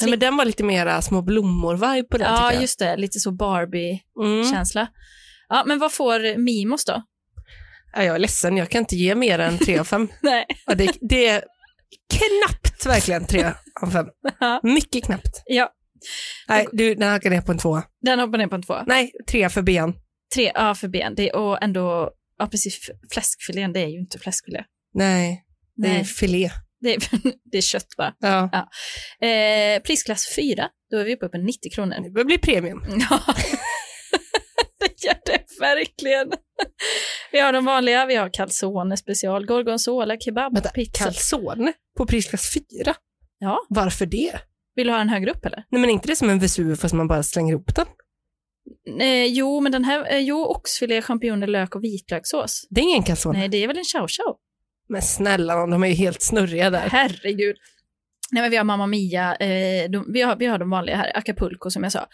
[SPEAKER 2] Nej, men den var lite mera små blommor-vibe på den
[SPEAKER 1] Ja,
[SPEAKER 2] tycker jag.
[SPEAKER 1] just det. Lite så Barbie-känsla.
[SPEAKER 2] Mm.
[SPEAKER 1] Ja, men vad får Mimos då?
[SPEAKER 2] Ja, jag är ledsen, jag kan inte ge mer än 3 av 5.
[SPEAKER 1] Nej.
[SPEAKER 2] Ja, det, det är knappt verkligen 3 av 5.
[SPEAKER 1] Ja.
[SPEAKER 2] Mycket knappt.
[SPEAKER 1] Ja,
[SPEAKER 2] Nej, du, den hackar ner på en tvåa.
[SPEAKER 1] den hoppar ner på en tvåa.
[SPEAKER 2] Nej, 3 för ben.
[SPEAKER 1] Tre A för ben. Det är, och ändå, ja precis, f- fläskfilén, det är ju inte fläskfilé.
[SPEAKER 2] Nej, det är
[SPEAKER 1] Nej,
[SPEAKER 2] filé.
[SPEAKER 1] det är, det är kött bara.
[SPEAKER 2] Ja.
[SPEAKER 1] Eh, prisklass 4, då är vi uppe på 90 kronor.
[SPEAKER 2] Det börjar bli premium.
[SPEAKER 1] Ja, det gör det verkligen. Vi har de vanliga, vi har calzone special, gorgonzola, kebab,
[SPEAKER 2] Vänta,
[SPEAKER 1] pizza.
[SPEAKER 2] Calzone på prisklass 4?
[SPEAKER 1] Ja.
[SPEAKER 2] Varför det?
[SPEAKER 1] Vill du ha den högre upp eller?
[SPEAKER 2] Nej men inte det som en Vesuvio fast man bara slänger ihop den.
[SPEAKER 1] Eh, jo, men den här, eh, jo, oxfilé, champinjoner, lök och vitlökssås.
[SPEAKER 2] Det är ingen calzone.
[SPEAKER 1] Nej, det är väl en chow chow?
[SPEAKER 2] Men snälla nån, de är ju helt snurriga där.
[SPEAKER 1] Herregud. Nej, men vi har Mamma Mia, eh, de, vi, har, vi har de vanliga här, Acapulco som jag sa.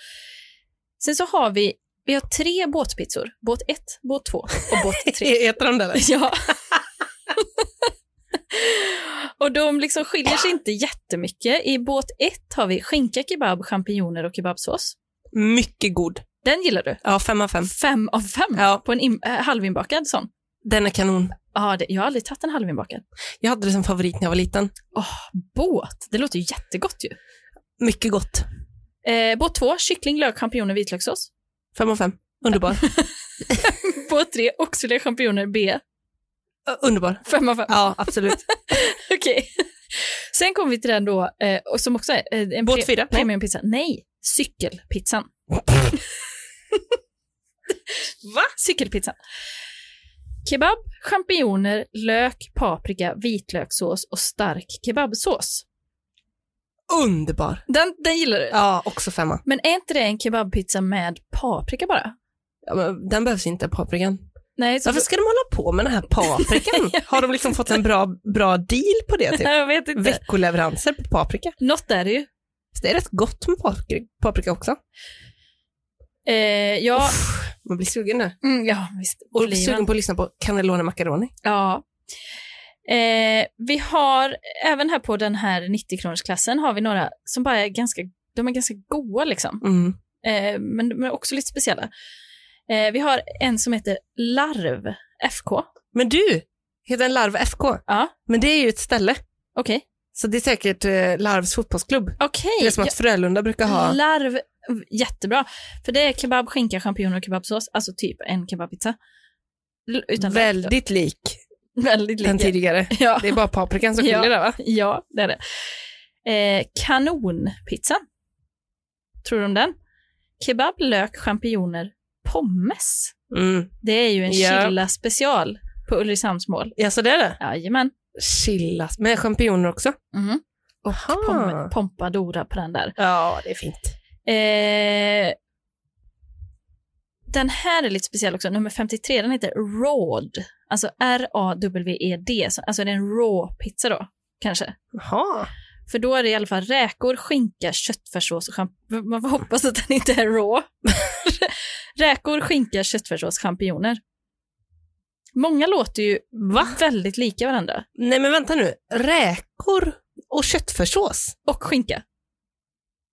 [SPEAKER 1] Sen så har vi, vi har tre båtpizzor. Båt 1, båt 2 och båt 3.
[SPEAKER 2] Äter E- de det eller?
[SPEAKER 1] ja. och de liksom skiljer sig inte jättemycket. I båt 1 har vi skinka, kebab, champinjoner och kebabsås.
[SPEAKER 2] Mycket god.
[SPEAKER 1] Den gillar du.
[SPEAKER 2] Ja, fem av fem.
[SPEAKER 1] Fem av fem
[SPEAKER 2] Ja.
[SPEAKER 1] på en in, äh, halvinbakad sån.
[SPEAKER 2] Den är kanon.
[SPEAKER 1] Ja, det, jag har aldrig tagit en halvinbakad.
[SPEAKER 2] Jag hade det som favorit när jag var liten.
[SPEAKER 1] Båt, det låter ju jättegott ju.
[SPEAKER 2] Mycket gott.
[SPEAKER 1] Eh, båt 2, kyckling, lök, champinjoner, vitlökssås.
[SPEAKER 2] Fem av fem. Underbar.
[SPEAKER 1] Båt 3, oxfilé, champinjoner, B.
[SPEAKER 2] Ö, Underbar.
[SPEAKER 1] 5 av 5.
[SPEAKER 2] Ja, absolut.
[SPEAKER 1] Okej. Sen kommer vi till den då, eh, och som också är eh, en
[SPEAKER 2] Båt
[SPEAKER 1] pre-
[SPEAKER 2] fyra? Nej.
[SPEAKER 1] premiumpizza. Nej, cykelpizzan. Va? Cykelpizzan. Kebab, champinjoner, lök, paprika, vitlökssås och stark kebabsås.
[SPEAKER 2] Underbar.
[SPEAKER 1] Den, den gillar du?
[SPEAKER 2] Ja, också femma.
[SPEAKER 1] Men är inte det en kebabpizza med paprika bara?
[SPEAKER 2] Ja, men den behövs inte, paprikan.
[SPEAKER 1] Nej, så
[SPEAKER 2] Varför ska de hålla på med den här paprikan? Har de liksom fått en bra, bra deal på det? Typ?
[SPEAKER 1] jag vet inte.
[SPEAKER 2] Veckoleveranser på paprika.
[SPEAKER 1] Något är det ju.
[SPEAKER 2] Så det är rätt gott med papri- paprika också.
[SPEAKER 1] Eh, ja,
[SPEAKER 2] Uff, man blir sugen nu.
[SPEAKER 1] mm, ja, visst.
[SPEAKER 2] Och
[SPEAKER 1] Oliven.
[SPEAKER 2] sugen på att lyssna på cannelloni macaroni.
[SPEAKER 1] Ja. Eh, vi har även här på den här 90-kronorsklassen har vi några som bara är ganska, de är ganska goa liksom.
[SPEAKER 2] Mm.
[SPEAKER 1] Eh, men de är också lite speciella. Eh, vi har en som heter Larv FK.
[SPEAKER 2] Men du, heter en Larv FK?
[SPEAKER 1] Ja,
[SPEAKER 2] Men det är ju ett ställe.
[SPEAKER 1] okej.
[SPEAKER 2] Så det är säkert eh, Larvs fotbollsklubb. Det är som
[SPEAKER 1] Okej.
[SPEAKER 2] att Frölunda brukar ha.
[SPEAKER 1] Larv, jättebra. För det är kebab, skinka, champinjoner och kebabsås. Alltså typ en kebabpizza. L- Utan lök då.
[SPEAKER 2] Väldigt lik
[SPEAKER 1] väldigt
[SPEAKER 2] den
[SPEAKER 1] lika.
[SPEAKER 2] tidigare.
[SPEAKER 1] Ja.
[SPEAKER 2] Det är bara paprikan som
[SPEAKER 1] Ja.
[SPEAKER 2] skiljer där va?
[SPEAKER 1] Ja, det är det. Eh, kanonpizzan. Tror du om den? Kebab, lök, champinjoner, pommes.
[SPEAKER 2] Mm.
[SPEAKER 1] Det är ju en
[SPEAKER 2] Ja.
[SPEAKER 1] chilla special på Ulricehamns mål.
[SPEAKER 2] Ja, så det är det.
[SPEAKER 1] Jajamän.
[SPEAKER 2] Chillas. Med champinjoner också.
[SPEAKER 1] Mm.
[SPEAKER 2] Aha.
[SPEAKER 1] Pom- pompadora på den där.
[SPEAKER 2] Ja, det är fint.
[SPEAKER 1] Eh, den här är lite speciell också, nummer 53, den heter Rawd. Alltså R-A-W-E-D, Så- alltså det är en raw pizza då, kanske.
[SPEAKER 2] Jaha.
[SPEAKER 1] För då är det i alla fall räkor, skinka, köttfärssås och champinjoner. Man får hoppas att den inte är rå. räkor, skinka, köttfärssås, champinjoner. Många låter ju väldigt lika varandra.
[SPEAKER 2] Nej men vänta nu. Räkor och köttfärssås?
[SPEAKER 1] Och skinka.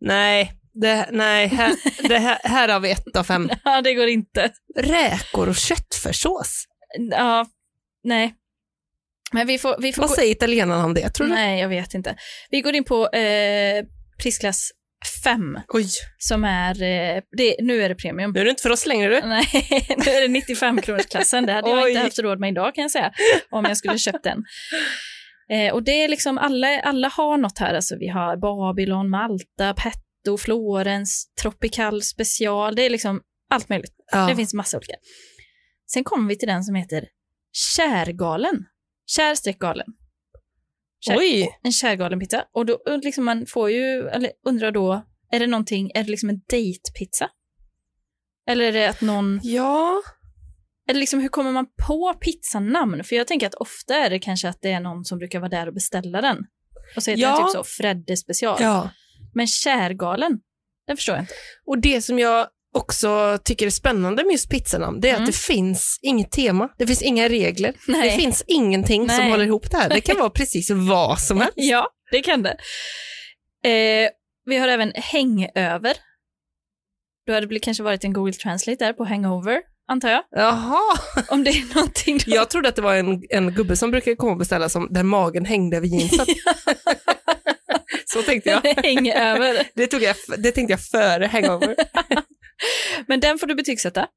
[SPEAKER 2] Nej, det, nej här, det här, här har vi ett av fem.
[SPEAKER 1] Ja, det går inte.
[SPEAKER 2] Räkor och köttfärssås?
[SPEAKER 1] Ja, nej. Men vi får... Vi får
[SPEAKER 2] Vad
[SPEAKER 1] gå...
[SPEAKER 2] säger italienarna om det tror du?
[SPEAKER 1] Nej, jag vet inte. Vi går in på eh, prisklass fem
[SPEAKER 2] Oj,
[SPEAKER 1] som är, eh, det, nu är det premium.
[SPEAKER 2] nu är det inte för oss längre du.
[SPEAKER 1] Nej, nu är det 95-kronorsklassen. Det hade jag inte
[SPEAKER 2] Oj.
[SPEAKER 1] haft råd med idag kan jag säga, om jag skulle köpt den. Eh, och det är liksom, alla, alla har något här. Alltså, vi har Babylon, Malta, Petto, Florens, Tropical special. Det är liksom allt möjligt.
[SPEAKER 2] Ja.
[SPEAKER 1] Det finns massa olika. Sen kommer vi till den som heter Kärgalen. Kärstreckgalen. Kär-
[SPEAKER 2] Oj,
[SPEAKER 1] En kärgalen pizza. Och då und- liksom man får ju, eller undrar då, är det någonting, är det liksom en dejtpizza? Eller är det att någon
[SPEAKER 2] ja.
[SPEAKER 1] eller liksom, hur kommer man på pizzanamn? För jag tänker att ofta är det kanske att det är någon som brukar vara där och beställa den. Och så heter
[SPEAKER 2] Ja.
[SPEAKER 1] den typ så, Fredde special.
[SPEAKER 2] ja.
[SPEAKER 1] Men kärgalen, den förstår jag inte.
[SPEAKER 2] Och det som jag också tycker är spännande med just pizzanamn, det är
[SPEAKER 1] Mm.
[SPEAKER 2] att det finns inget tema, det finns inga regler, det
[SPEAKER 1] Nej.
[SPEAKER 2] finns ingenting som
[SPEAKER 1] Nej.
[SPEAKER 2] håller ihop det här. Det kan vara precis vad som helst.
[SPEAKER 1] Ja, det kan det. Eh, vi har även hängöver. Då hade det kanske varit en Google Translate där på hangover, antar jag.
[SPEAKER 2] Jaha,
[SPEAKER 1] Om det är någonting då.
[SPEAKER 2] jag trodde att det var en, en gubbe som brukade komma och beställa som, där magen hängde över jeansen. Så tänkte jag.
[SPEAKER 1] hängöver.
[SPEAKER 2] Det, tog jag, f- det tänkte jag före hangover.
[SPEAKER 1] Men den får du betygsätta.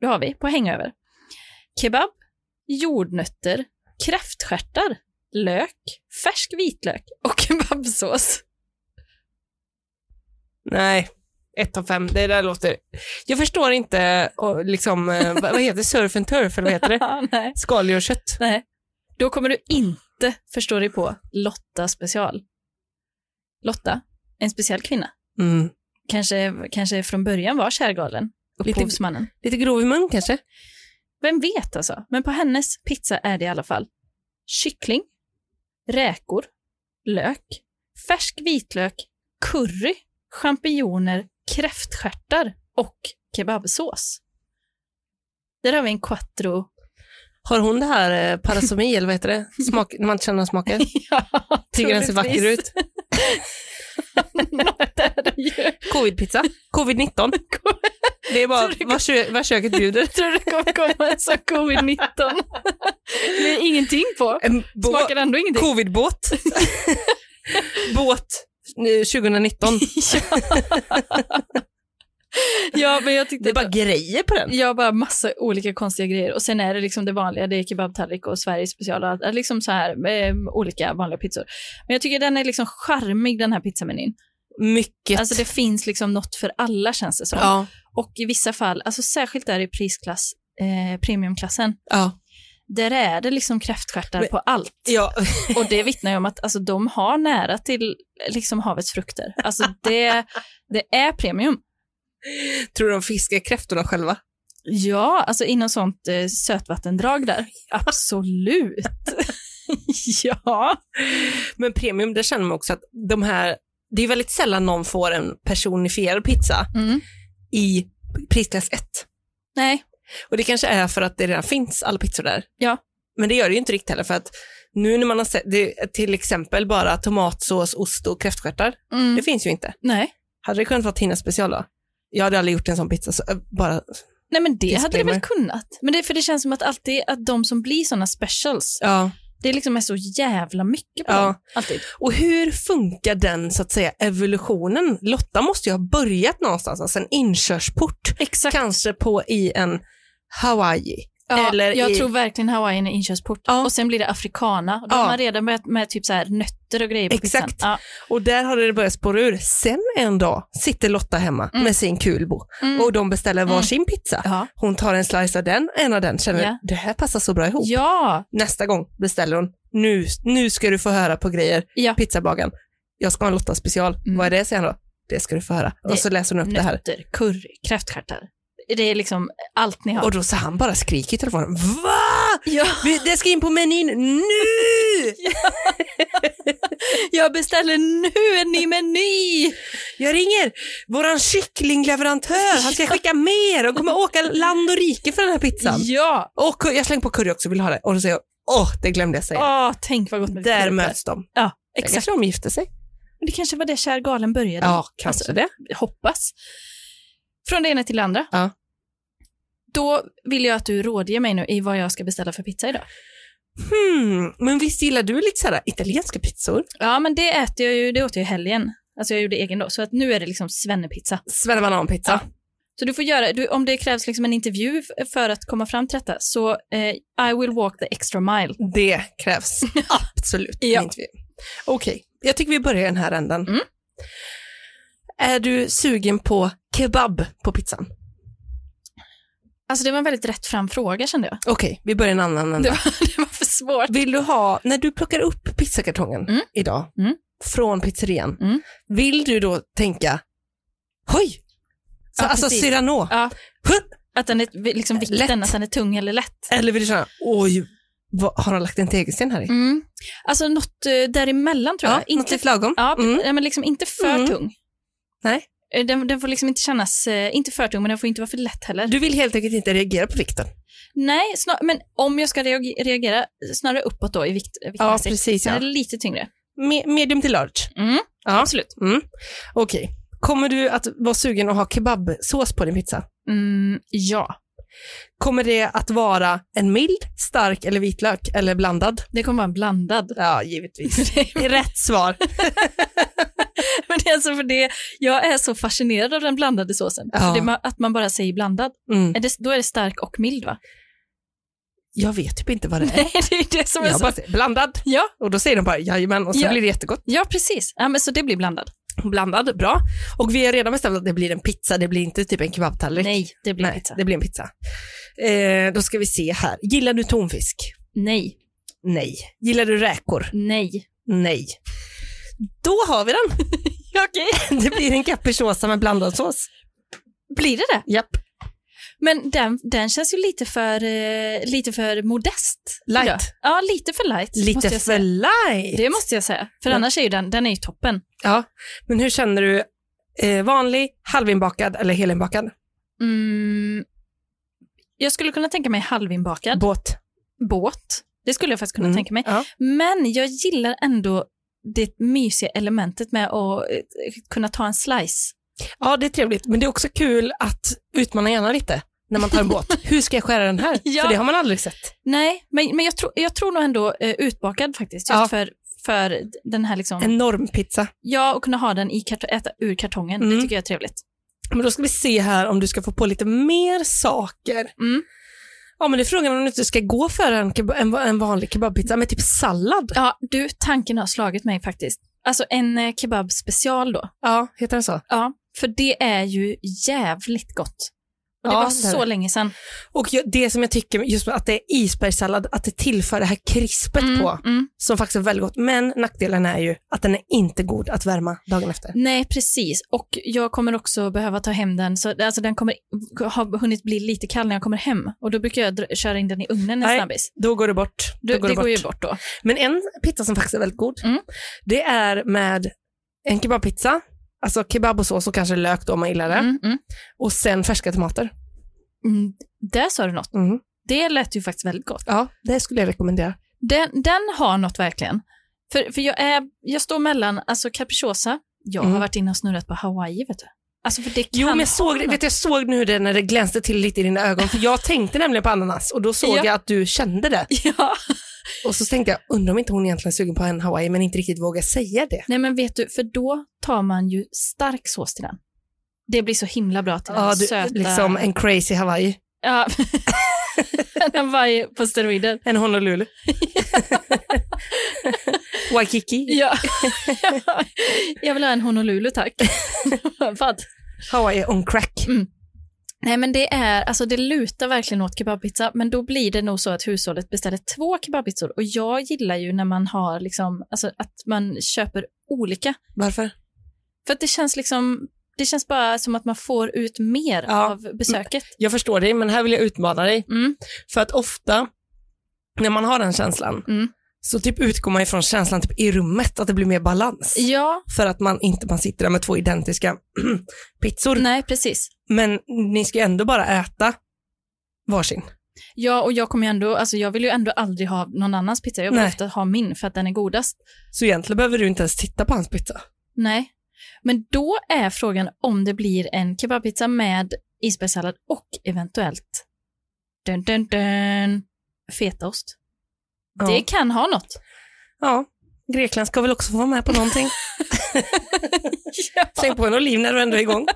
[SPEAKER 1] Då har vi på hängöver. Kebab, jordnötter, kräftstjärtar, lök, färsk vitlök och kebabsås.
[SPEAKER 2] Nej, ett av fem, det där låter... Jag förstår inte, och liksom, eh, vad, vad heter det, surf and turf, eller vad heter det?
[SPEAKER 1] Ja, nej.
[SPEAKER 2] Skaldjurskött.
[SPEAKER 1] nej. Då kommer du inte förstå dig på Lotta special. Lotta, en speciell kvinna.
[SPEAKER 2] Mm.
[SPEAKER 1] Kanske, kanske från början var kärgalen,
[SPEAKER 2] Lite-
[SPEAKER 1] upphovsmannen.
[SPEAKER 2] Lite grov i mun kanske?
[SPEAKER 1] Vem vet alltså? Men på hennes pizza är det i alla fall kyckling, räkor, lök, färsk vitlök, curry, champinjoner, kräftstjärtar och kebabsås. Där har vi en quattro.
[SPEAKER 2] Har hon det här eh, parasomi, eller vad heter det? Smak, när man inte känner någon smaker?
[SPEAKER 1] Ja,
[SPEAKER 2] Tycker den ser
[SPEAKER 1] troligtvis.
[SPEAKER 2] vacker ut?
[SPEAKER 1] Något är det ju.
[SPEAKER 2] Covid-pizza? Covid-19? Det är bara
[SPEAKER 1] Tror du-
[SPEAKER 2] vad, kö, vad köket bjuder.
[SPEAKER 1] Tror du det kommer komma en sån covid-19? Det är ingenting på.
[SPEAKER 2] En bo-
[SPEAKER 1] Smakar ändå ingenting.
[SPEAKER 2] Covid-båt. Båt nu 2019.
[SPEAKER 1] Ja, men jag tyckte
[SPEAKER 2] Det är bara grejer på den.
[SPEAKER 1] Ja, bara massa olika konstiga grejer. Och sen är det liksom det vanliga, det är kebabtallrik och Sveriges special och allt. Det är Liksom så här, eh, olika vanliga pizzor. Men jag tycker den är liksom charmig den här pizzamenyn.
[SPEAKER 2] Mycket.
[SPEAKER 1] Alltså det finns liksom något för alla känns det som.
[SPEAKER 2] ja.
[SPEAKER 1] Och i vissa fall, alltså särskilt där i prisklass, eh, premiumklassen,
[SPEAKER 2] Ja.
[SPEAKER 1] där är det liksom kräftstjärtar
[SPEAKER 2] Men-
[SPEAKER 1] på allt.
[SPEAKER 2] ja.
[SPEAKER 1] Och det vittnar ju om att alltså, de har nära till eh, liksom havets frukter. Alltså det, det är premium.
[SPEAKER 2] Tror du de fiskar kräftorna själva?
[SPEAKER 1] Ja, alltså inom sånt eh, sötvattendrag där. Absolut. ja.
[SPEAKER 2] Men premium, där känner man också att de här, det är väldigt sällan någon får en personifierad pizza
[SPEAKER 1] Mm.
[SPEAKER 2] i prisklass 1.
[SPEAKER 1] Nej,
[SPEAKER 2] Och det kanske är för att det redan finns alla pizzor där.
[SPEAKER 1] Ja.
[SPEAKER 2] Men det gör det ju inte riktigt heller för att nu när man har sett, det, är till exempel bara tomatsås, ost och kräftstjärtar,
[SPEAKER 1] mm.
[SPEAKER 2] det finns ju inte.
[SPEAKER 1] nej.
[SPEAKER 2] Hade det kunnat vara Tinas special då? Jag hade aldrig gjort en sån pizza, så, äh, bara,
[SPEAKER 1] nej, men det hade det väl
[SPEAKER 2] Disclaimer.
[SPEAKER 1] kunnat. Men det, för det känns som att alltid att de som blir sådana specials,
[SPEAKER 2] ja.
[SPEAKER 1] det liksom är så jävla mycket på
[SPEAKER 2] Ja.
[SPEAKER 1] dem. Alltid.
[SPEAKER 2] Och hur funkar den så att säga evolutionen? Lotta måste ju ha börjat någonstans, alltså en inkörsport,
[SPEAKER 1] Exakt.
[SPEAKER 2] kanske på i en Hawaii.
[SPEAKER 1] Ja,
[SPEAKER 2] eller
[SPEAKER 1] jag
[SPEAKER 2] i-
[SPEAKER 1] tror verkligen Hawaiian är inkörsport.
[SPEAKER 2] Ja.
[SPEAKER 1] Och sen blir det afrikana. Och då
[SPEAKER 2] Ja.
[SPEAKER 1] har man redan börjat med typ så här nötter och grejer på
[SPEAKER 2] Exakt.
[SPEAKER 1] pizzan. Ja.
[SPEAKER 2] Och där har det börjat spåra ur. Sen en dag sitter Lotta hemma
[SPEAKER 1] Mm.
[SPEAKER 2] med sin kulbo
[SPEAKER 1] Mm.
[SPEAKER 2] och de beställer
[SPEAKER 1] Mm.
[SPEAKER 2] varsin pizza.
[SPEAKER 1] Ja.
[SPEAKER 2] Hon tar en slice av den, en av den, känner
[SPEAKER 1] Ja.
[SPEAKER 2] det här passar så bra ihop.
[SPEAKER 1] ja,
[SPEAKER 2] Nästa gång beställer hon, nu, nu ska du få höra på grejer,
[SPEAKER 1] Ja.
[SPEAKER 2] pizzabagaren. Jag ska ha en Lotta special,
[SPEAKER 1] Mm.
[SPEAKER 2] vad är det säger han då? Det ska du få höra.
[SPEAKER 1] Det-
[SPEAKER 2] Och så läser hon upp det här.
[SPEAKER 1] nötter, curry, kräftstjärtar. Det är liksom allt ni har.
[SPEAKER 2] Och då så han bara skriker i telefonen, VA?
[SPEAKER 1] ja.
[SPEAKER 2] Vi- Det ska in på menyn nu!
[SPEAKER 1] Jag beställer nu en ny meny!
[SPEAKER 2] Jag ringer våran kycklingleverantör, han ska skicka mer och kommer åka land och rike för den här pizzan.
[SPEAKER 1] Ja!
[SPEAKER 2] Och ku- jag slänger på curry också, vill ha det. Och då säger jag, åh, det glömde jag säga.
[SPEAKER 1] Åh, Ah, tänk vad gott med
[SPEAKER 2] Där
[SPEAKER 1] kryddor.
[SPEAKER 2] möts de.
[SPEAKER 1] Ja,
[SPEAKER 2] Exakt.
[SPEAKER 1] exakt.
[SPEAKER 2] kanske de gifter sig.
[SPEAKER 1] Det kanske var det kär galen började.
[SPEAKER 2] Ja, kanske
[SPEAKER 1] Alltså,
[SPEAKER 2] det.
[SPEAKER 1] Hoppas. Från det ena till det andra.
[SPEAKER 2] Ja.
[SPEAKER 1] Då vill jag att du rådger mig nu i vad jag ska beställa för pizza idag.
[SPEAKER 2] Hmm, men visst gillar du lite såhär italienska pizzor?
[SPEAKER 1] Ja, men det äter jag ju, det åt jag i helgen. Alltså jag gjorde egen då. Så att nu är det liksom svennepizza.
[SPEAKER 2] Svennebananpizza.
[SPEAKER 1] Så du får göra, du, om det krävs liksom en intervju f- för att komma fram till detta, så eh, I will walk the extra mile.
[SPEAKER 2] Det krävs absolut
[SPEAKER 1] Ja.
[SPEAKER 2] en intervju. Okej, jag tycker vi börjar i den här änden.
[SPEAKER 1] Mm.
[SPEAKER 2] Är du sugen på kebab på pizzan?
[SPEAKER 1] Alltså det var en väldigt rätt fram fråga kände jag.
[SPEAKER 2] Okej, vi börjar i en annan ända.
[SPEAKER 1] Det var, det var för svårt.
[SPEAKER 2] Vill du ha, när du plockar upp pizzakartongen
[SPEAKER 1] Mm.
[SPEAKER 2] idag
[SPEAKER 1] Mm.
[SPEAKER 2] från pizzerian,
[SPEAKER 1] Mm.
[SPEAKER 2] vill du då tänka, hoj! Så,
[SPEAKER 1] Ja,
[SPEAKER 2] alltså
[SPEAKER 1] precis.
[SPEAKER 2] Cyrano,
[SPEAKER 1] Ja.
[SPEAKER 2] Huh!
[SPEAKER 1] Att den är, liksom vikten,
[SPEAKER 2] Lätt.
[SPEAKER 1] att den är tung eller lätt.
[SPEAKER 2] eller vill du känna, oj, vad, har han lagt en tegelsten här i?
[SPEAKER 1] Mm. Alltså något eh, däremellan tror jag.
[SPEAKER 2] Ja, inte
[SPEAKER 1] inte,
[SPEAKER 2] något lagom.
[SPEAKER 1] ja,
[SPEAKER 2] Mm.
[SPEAKER 1] ja, men liksom inte för
[SPEAKER 2] Mm.
[SPEAKER 1] tung.
[SPEAKER 2] Nej.
[SPEAKER 1] Eh, Den, den får liksom inte kännas, eh, inte för tung, men den får inte vara för lätt heller.
[SPEAKER 2] Du vill helt enkelt inte reagera på vikten.
[SPEAKER 1] Nej, snar, men om jag ska reag- reagera, snarare uppåt då i vikt, eh, viktmässigt.
[SPEAKER 2] precis, ja.
[SPEAKER 1] Den är lite tyngre.
[SPEAKER 2] Me- medium till large.
[SPEAKER 1] Mm.
[SPEAKER 2] Ja.
[SPEAKER 1] Absolut.
[SPEAKER 2] Mm. Okej. Kommer du att vara sugen att ha kebabsås på din pizza?
[SPEAKER 1] Mm, ja,
[SPEAKER 2] Kommer det att vara en mild, stark eller vitlök eller blandad?
[SPEAKER 1] det kommer vara en blandad.
[SPEAKER 2] Ja, givetvis.
[SPEAKER 1] Det är-
[SPEAKER 2] Det är Rätt svar.
[SPEAKER 1] men det är alltså för det, jag är så fascinerad av den blandade såsen.
[SPEAKER 2] Ja.
[SPEAKER 1] För det, ma- att man bara säger blandad.
[SPEAKER 2] Mm.
[SPEAKER 1] Är det, då är det stark och mild va?
[SPEAKER 2] Jag vet typ inte vad det är.
[SPEAKER 1] Nej, det är det som är
[SPEAKER 2] Jag
[SPEAKER 1] så...
[SPEAKER 2] bara säger, blandad.
[SPEAKER 1] Ja.
[SPEAKER 2] Och då säger de bara jajamän och så
[SPEAKER 1] Ja.
[SPEAKER 2] blir det jättegott.
[SPEAKER 1] Ja, precis. Ja, men så det blir blandad.
[SPEAKER 2] Blandad, bra. Och vi har redan bestämt att det blir en pizza, det blir inte typ en kebabtallrik.
[SPEAKER 1] Nej, det blir
[SPEAKER 2] Nej,
[SPEAKER 1] pizza.
[SPEAKER 2] det blir en pizza. Eh, då ska vi se här. Gillar du tonfisk?
[SPEAKER 1] Nej,
[SPEAKER 2] Nej. Gillar du räkor?
[SPEAKER 1] nej.
[SPEAKER 2] Nej. Då har vi den.
[SPEAKER 1] Okej.
[SPEAKER 2] Det blir en capricciosa med blandad sås.
[SPEAKER 1] Blir det det?
[SPEAKER 2] Japp.
[SPEAKER 1] Men den, den känns ju lite för, eh, lite för modest.
[SPEAKER 2] Light.
[SPEAKER 1] idag. Ja, lite för light. måste
[SPEAKER 2] Lite
[SPEAKER 1] jag
[SPEAKER 2] för
[SPEAKER 1] säga.
[SPEAKER 2] light.
[SPEAKER 1] Det måste jag säga. För
[SPEAKER 2] Men-
[SPEAKER 1] annars är ju den, den är ju toppen.
[SPEAKER 2] Ja. Men hur känner du? Eh, vanlig, halvinbakad eller helinbakad?
[SPEAKER 1] Mm. Jag skulle kunna tänka mig halvinbakad
[SPEAKER 2] Båt.
[SPEAKER 1] båt. Det skulle jag faktiskt kunna
[SPEAKER 2] Mm.
[SPEAKER 1] tänka mig.
[SPEAKER 2] Ja.
[SPEAKER 1] Men jag gillar ändå det mysiga elementet med att eh, kunna ta en slice.
[SPEAKER 2] ja, det är trevligt. Men det är också kul att utmana hjärnan lite när man tar en båt. Hur ska jag skära den här?
[SPEAKER 1] Ja.
[SPEAKER 2] För det har man aldrig sett.
[SPEAKER 1] Nej, men, men jag, tror jag tror nog ändå eh, utbakad faktiskt. Just
[SPEAKER 2] Ja.
[SPEAKER 1] för, för den här liksom,
[SPEAKER 2] Enorm pizza.
[SPEAKER 1] ja, och kunna ha den i kart- äta ur kartongen.
[SPEAKER 2] Mm.
[SPEAKER 1] Det tycker jag är trevligt.
[SPEAKER 2] Men då ska vi se här om du ska få på lite mer saker.
[SPEAKER 1] Mm.
[SPEAKER 2] Ja, men det är frågan om du inte ska gå för en, keba- en, en vanlig kebabpizza med typ sallad.
[SPEAKER 1] Ja, du, tanken har slagit mig faktiskt. Alltså en eh, kebab special då.
[SPEAKER 2] Ja, heter den så?
[SPEAKER 1] Ja, för det är ju jävligt gott. Och det
[SPEAKER 2] Ja,
[SPEAKER 1] var
[SPEAKER 2] det är
[SPEAKER 1] så
[SPEAKER 2] det.
[SPEAKER 1] länge sedan.
[SPEAKER 2] Och jag- det som jag tycker, med- just med att det är isbergssallad, att det tillför det här krispet på,
[SPEAKER 1] mm.
[SPEAKER 2] som faktiskt är väldigt gott. Men nackdelen är ju att den är inte god att värma dagen efter.
[SPEAKER 1] Nej, precis. Och jag kommer också behöva ta hem den. Så, alltså, den kommer ha hunnit bli lite kall när jag kommer hem. Och då brukar jag dra- köra in den i ugnen en
[SPEAKER 2] Nej,
[SPEAKER 1] snabbis.
[SPEAKER 2] Då går det bort.
[SPEAKER 1] Du,
[SPEAKER 2] Då går
[SPEAKER 1] det
[SPEAKER 2] det
[SPEAKER 1] går ju
[SPEAKER 2] bort.
[SPEAKER 1] bort då.
[SPEAKER 2] Men en pizza som faktiskt är väldigt god,
[SPEAKER 1] Mm.
[SPEAKER 2] det är med en kebabpizza, alltså kebab och sås och kanske lök då om man gillar det,
[SPEAKER 1] Mm, mm.
[SPEAKER 2] och sen färska tomater.
[SPEAKER 1] Mm, där sa du något.
[SPEAKER 2] Mm.
[SPEAKER 1] Det lät ju faktiskt väldigt gott.
[SPEAKER 2] Ja, det skulle jag rekommendera.
[SPEAKER 1] Den, den har något verkligen. För, för jag, är, jag står mellan, alltså capricciosa, jag
[SPEAKER 2] Mm.
[SPEAKER 1] har varit inne och snurrat på Hawaii, vet du. Alltså för det kan
[SPEAKER 2] Jo, men jag
[SPEAKER 1] ha
[SPEAKER 2] såg, det-
[SPEAKER 1] något.
[SPEAKER 2] vet, du, jag såg nu det när det glänste till lite i dina ögon, för jag tänkte nämligen på ananas och då såg
[SPEAKER 1] Ja.
[SPEAKER 2] jag att du kände det.
[SPEAKER 1] Ja.
[SPEAKER 2] Och så tänkte jag, undrar om inte hon egentligen är sugen på en Hawaii, men inte riktigt vågar säga det.
[SPEAKER 1] Nej, men vet du, för då tar man ju stark sås till den. Det blir så himla bra till den söta...
[SPEAKER 2] liksom en crazy Hawaii,
[SPEAKER 1] Ja. den var ju på steroider.
[SPEAKER 2] en Honolulu. Waikiki,
[SPEAKER 1] Ja. jag vill ha en Honolulu, tack. Vad?
[SPEAKER 2] Hawaii on crack.
[SPEAKER 1] Nej, men det är, alltså det lutar verkligen åt kebabpizza, men då blir det nog så att hushållet beställer två kebabpizzor och jag gillar ju när man har liksom, alltså att man köper olika.
[SPEAKER 2] Varför?
[SPEAKER 1] För att det känns liksom, det känns bara som att man får ut mer
[SPEAKER 2] Ja.
[SPEAKER 1] av besöket.
[SPEAKER 2] Jag förstår dig, men här vill jag utmana dig.
[SPEAKER 1] Mm.
[SPEAKER 2] För att ofta när man har den känslan
[SPEAKER 1] Mm.
[SPEAKER 2] så typ utgår man ifrån känslan typ i rummet, att det blir mer balans.
[SPEAKER 1] Ja,
[SPEAKER 2] För att man inte man sitter där med två identiska pizzor.
[SPEAKER 1] nej precis.
[SPEAKER 2] Men ni ska ju ändå bara äta varsin.
[SPEAKER 1] Ja, och jag kommer ju ändå, alltså jag vill ju ändå aldrig ha någon annans pizza, jag vill
[SPEAKER 2] Nej.
[SPEAKER 1] ofta ha min för att den är godast.
[SPEAKER 2] Så egentligen behöver du inte ens titta på hans pizza.
[SPEAKER 1] Nej. Men då är frågan om det blir en kebabpizza med isbergssallad och eventuellt dun, dun, dun, fetaost.
[SPEAKER 2] Ja.
[SPEAKER 1] Det kan ha något.
[SPEAKER 2] Ja, Grekland ska väl också få vara med på någonting? Släng på en oliv när du ändå är igång.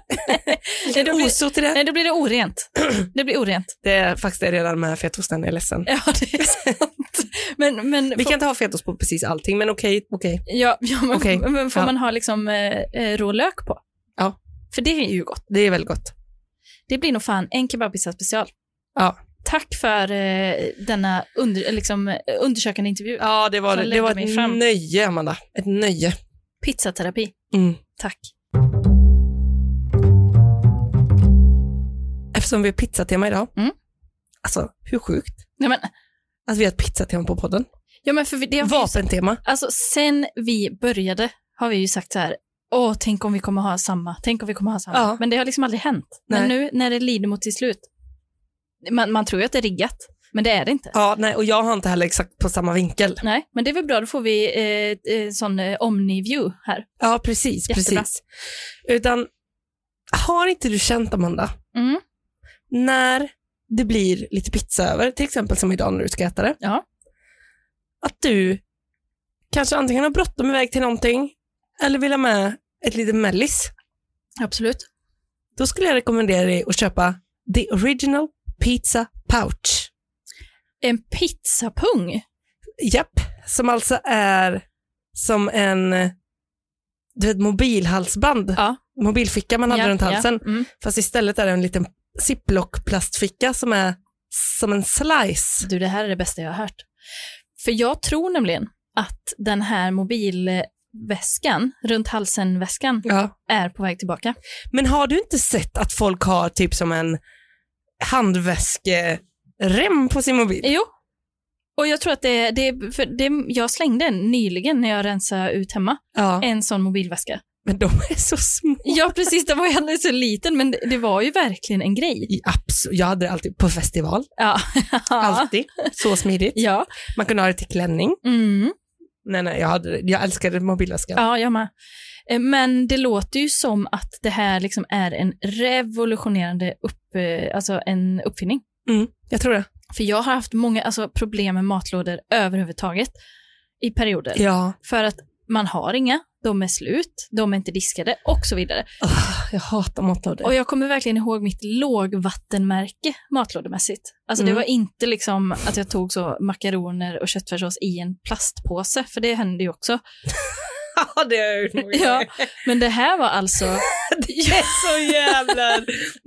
[SPEAKER 1] Nej, då blir,
[SPEAKER 2] Osot i det.
[SPEAKER 1] nej, då blir det orent. Det blir orent.
[SPEAKER 2] Det är faktiskt det redan med fetaosten, jag är ledsen.
[SPEAKER 1] Ja, det är sant. Men, men,
[SPEAKER 2] Vi kan inte ha fetaost på precis allting, men okej. okej.
[SPEAKER 1] ja, ja, men,
[SPEAKER 2] Okej.
[SPEAKER 1] men får
[SPEAKER 2] Ja.
[SPEAKER 1] man ha liksom eh, eh, rå lök på?
[SPEAKER 2] Ja.
[SPEAKER 1] För det är ju gott.
[SPEAKER 2] Det är väl gott.
[SPEAKER 1] Det blir nog fan en kebabpizza special.
[SPEAKER 2] Ja.
[SPEAKER 1] Tack för eh, denna under, liksom, eh, undersökande intervju.
[SPEAKER 2] Ja, det var,
[SPEAKER 1] Så
[SPEAKER 2] det, det
[SPEAKER 1] lägger
[SPEAKER 2] var
[SPEAKER 1] mig
[SPEAKER 2] ett
[SPEAKER 1] fram.
[SPEAKER 2] nöje, Amanda. Ett nöje.
[SPEAKER 1] Pizzaterapi.
[SPEAKER 2] Mm.
[SPEAKER 1] Tack.
[SPEAKER 2] Eftersom vi har pizzatema idag.
[SPEAKER 1] Mm.
[SPEAKER 2] Alltså, hur sjukt?
[SPEAKER 1] Ja, men,
[SPEAKER 2] Alltså, vi har ett pizzatema på podden.
[SPEAKER 1] ja, men för vi- det har vi ju
[SPEAKER 2] Vapentema.
[SPEAKER 1] Alltså sen vi började har vi ju sagt så här, åh tänk om vi kommer ha samma, tänk om vi kommer ha samma.
[SPEAKER 2] Ja.
[SPEAKER 1] Men det har liksom aldrig hänt. Men
[SPEAKER 2] Nej.
[SPEAKER 1] nu när det lider mot till slut, man, man tror ju att det är riggat, men det är det inte.
[SPEAKER 2] Ja, nej, och jag har inte heller exakt på samma vinkel.
[SPEAKER 1] Nej, men det är väl bra, då får vi eh, eh, sån eh, omni-view här.
[SPEAKER 2] Ja, precis.
[SPEAKER 1] Jättebra.
[SPEAKER 2] precis. Utan, har inte du känt, Amanda,
[SPEAKER 1] Mm.
[SPEAKER 2] när det blir lite pizza över, till exempel som idag när du ska äta det,
[SPEAKER 1] Ja.
[SPEAKER 2] att du kanske antingen har bråttom iväg till någonting eller vill ha med ett litet mellis.
[SPEAKER 1] Absolut.
[SPEAKER 2] Då skulle jag rekommendera dig att köpa the original pizza pouch.
[SPEAKER 1] En pizzapung.
[SPEAKER 2] Japp, som alltså är som en du vet, mobilhalsband,
[SPEAKER 1] Ja.
[SPEAKER 2] mobilficka man hade
[SPEAKER 1] ja,
[SPEAKER 2] runt halsen.
[SPEAKER 1] Ja. Mm.
[SPEAKER 2] Fast istället är det en liten ziplock plastficka som är som en slice.
[SPEAKER 1] Du, det här är det bästa jag har hört. För jag tror nämligen att den här mobilväskan, runt halsen-väskan,
[SPEAKER 2] Ja.
[SPEAKER 1] är på väg tillbaka.
[SPEAKER 2] Men har du inte sett att folk har typ som en handväskerem på sin mobil?
[SPEAKER 1] Jo. Och jag tror att det, det, för det jag slängde en nyligen när jag rensade ut hemma,
[SPEAKER 2] Ja.
[SPEAKER 1] en sån mobilväska.
[SPEAKER 2] Men de är så små.
[SPEAKER 1] Ja, precis, den var ju alldeles så liten, men det, det var ju verkligen en grej.
[SPEAKER 2] I abs- jag hade det alltid på festival.
[SPEAKER 1] Ja.
[SPEAKER 2] Alltid. Så smidigt.
[SPEAKER 1] Ja.
[SPEAKER 2] Man kunde ha det till klänning.
[SPEAKER 1] Mm.
[SPEAKER 2] Nej, nej, jag, hade, det. jag älskade mobilväska.
[SPEAKER 1] ja, jag med. Eh, Men det låter ju som att det här liksom är en revolutionerande upp, eh, alltså en uppfinning.
[SPEAKER 2] Jag tror det.
[SPEAKER 1] För jag har haft många alltså, problem med matlådor överhuvudtaget i perioder.
[SPEAKER 2] Ja.
[SPEAKER 1] För att man har inga, de är slut, de är inte diskade och så vidare.
[SPEAKER 2] Ah, jag hatar matlådor.
[SPEAKER 1] Och jag kommer verkligen ihåg mitt lågvattenmärke matlådemässigt. Alltså
[SPEAKER 2] Mm.
[SPEAKER 1] det var inte liksom att jag tog så makaroner och köttfärssås i en plastpåse, för det hände ju också.
[SPEAKER 2] Ja, det har jag gjort många
[SPEAKER 1] Ja.
[SPEAKER 2] gånger.
[SPEAKER 1] Men det här var alltså,
[SPEAKER 2] Det är så jävla...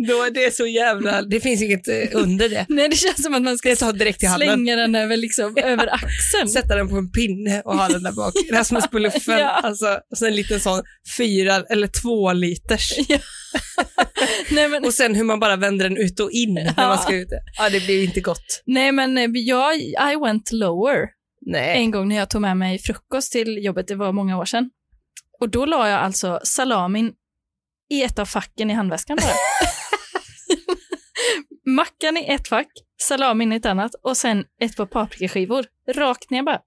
[SPEAKER 2] Då är det så jävla... Det finns inget eh, under det.
[SPEAKER 1] nej det känns som att man ska
[SPEAKER 2] Det tar direkt i handen.
[SPEAKER 1] slänga den över, liksom, över axeln.
[SPEAKER 2] Sätta den på en pinne och ha den där bak. Rasmus på luffen.
[SPEAKER 1] Ja.
[SPEAKER 2] Alltså, och sen en liten sån fyra eller två liters.
[SPEAKER 1] Nej men,
[SPEAKER 2] Och sen hur man bara vänder den ut och in när man ska ut. Ja, det blir inte gott.
[SPEAKER 1] nej, men eh, jag, I went lower
[SPEAKER 2] Nej.
[SPEAKER 1] en gång när jag tog med mig frukost till jobbet, det var många år sedan. Och då la jag alltså salamin i ett av facken i handväskan bara. Mackan i ett fack, salamin i ett annat och sen ett par paprikaskivor rakt ner bara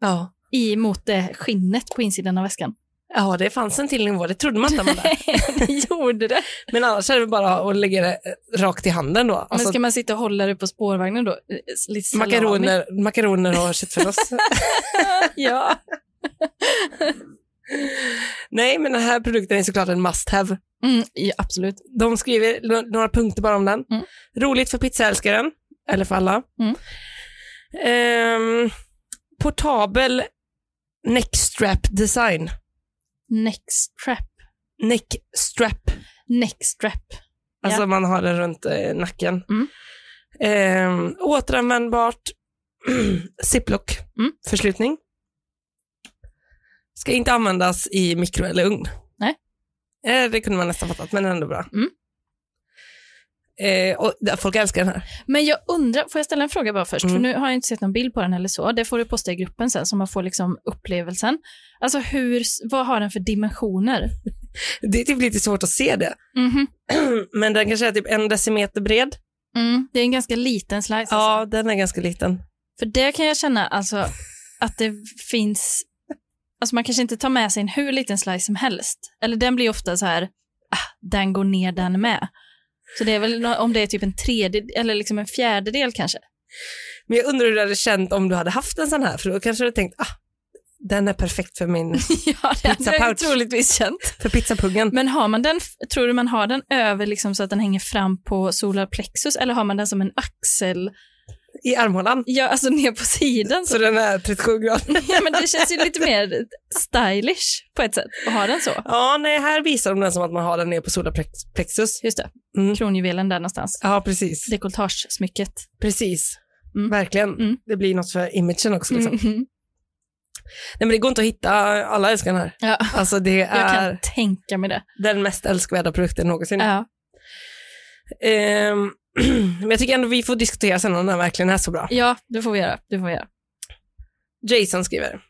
[SPEAKER 2] Ja.
[SPEAKER 1] i mot det skinnet på insidan av väskan.
[SPEAKER 2] ja, det fanns en till nivå. Det trodde man inte. Amanda.
[SPEAKER 1] det gjorde det.
[SPEAKER 2] Men annars är det bara att lägga det eh, rakt i handen då.
[SPEAKER 1] Men
[SPEAKER 2] Alltså,
[SPEAKER 1] ska man sitta och hålla det på spårvagnen då? Eh, Lite salami.
[SPEAKER 2] makaroner, makaroner och köttfärssås.
[SPEAKER 1] Ja.
[SPEAKER 2] Nej, men den här produkten är såklart en must have.
[SPEAKER 1] Mm, ja, absolut.
[SPEAKER 2] De skriver no- några punkter bara om den.
[SPEAKER 1] Mm.
[SPEAKER 2] Roligt för pizzaälskaren, eller för alla.
[SPEAKER 1] Mm.
[SPEAKER 2] Ehm, portabel neckstrap design.
[SPEAKER 1] Next trap.
[SPEAKER 2] Neckstrap,
[SPEAKER 1] Next trap.
[SPEAKER 2] alltså man har den runt eh, nacken.
[SPEAKER 1] Mm.
[SPEAKER 2] Ehm, återanvändbart ziplock
[SPEAKER 1] Mm.
[SPEAKER 2] förslutning. Ska inte användas i mikro eller ugn.
[SPEAKER 1] Nej.
[SPEAKER 2] Eh, det kunde man nästan fattat, men ändå bra.
[SPEAKER 1] Mm.
[SPEAKER 2] Eh, och, ja, folk älskar den här.
[SPEAKER 1] Men jag undrar, får jag ställa en fråga bara först?
[SPEAKER 2] Mm.
[SPEAKER 1] För nu har jag inte sett någon bild på den eller så. Det får du posta i gruppen sen så man får liksom upplevelsen. Alltså hur, vad har den för dimensioner?
[SPEAKER 2] Det är typ lite svårt att se det.
[SPEAKER 1] Mhm.
[SPEAKER 2] Men den kanske är typ en decimeter bred.
[SPEAKER 1] Mm. Det är en ganska liten slice. Alltså.
[SPEAKER 2] Ja, den är ganska liten.
[SPEAKER 1] För det kan jag känna alltså att det finns, alltså man kanske inte tar med sig en hur liten slice som helst. Eller den blir ofta så här, ah, den går ner den med. Så det är väl nå- om det är typ en tredjedel eller liksom en fjärdedel kanske.
[SPEAKER 2] Men jag undrar hur du hade känt om du hade haft en sån här, för då kanske du hade tänkt, ah, Den är perfekt för min,
[SPEAKER 1] ja, det hade jag ju
[SPEAKER 2] Pizzapouch.
[SPEAKER 1] troligtvis känt.
[SPEAKER 2] för pizzapuggen.
[SPEAKER 1] Men har man den, f- tror du man har den över liksom så att den hänger fram på solar plexus eller har man den som en axel,
[SPEAKER 2] I armhålan.
[SPEAKER 1] ja alltså ner på sidan? Så.
[SPEAKER 2] Så den är 37 grader.
[SPEAKER 1] Ja, men det känns ju lite mer stylish på ett sätt att ha den så.
[SPEAKER 2] Ja, nej, här visar de den som att man har den ner på solarplexus.
[SPEAKER 1] Just det,
[SPEAKER 2] Mm.
[SPEAKER 1] kronjuvelen där någonstans.
[SPEAKER 2] Ja, precis.
[SPEAKER 1] Dekoltagesmycket.
[SPEAKER 2] Precis.
[SPEAKER 1] Mm.
[SPEAKER 2] Verkligen.
[SPEAKER 1] Mm.
[SPEAKER 2] Det blir något för imagen också. Liksom.
[SPEAKER 1] Mm. mm.
[SPEAKER 2] Nej, men det går inte att hitta. Alla älskar den här.
[SPEAKER 1] Ja,
[SPEAKER 2] Alltså, det
[SPEAKER 1] jag
[SPEAKER 2] är Mm.
[SPEAKER 1] kan tänka mig det.
[SPEAKER 2] den mest älskvärda produkten någonsin.
[SPEAKER 1] Ja.
[SPEAKER 2] Ehm, men jag tycker ändå vi får diskutera sen om den här verkligen är så bra.
[SPEAKER 1] ja, det får vi göra. Det får vi göra.
[SPEAKER 2] Jason skriver.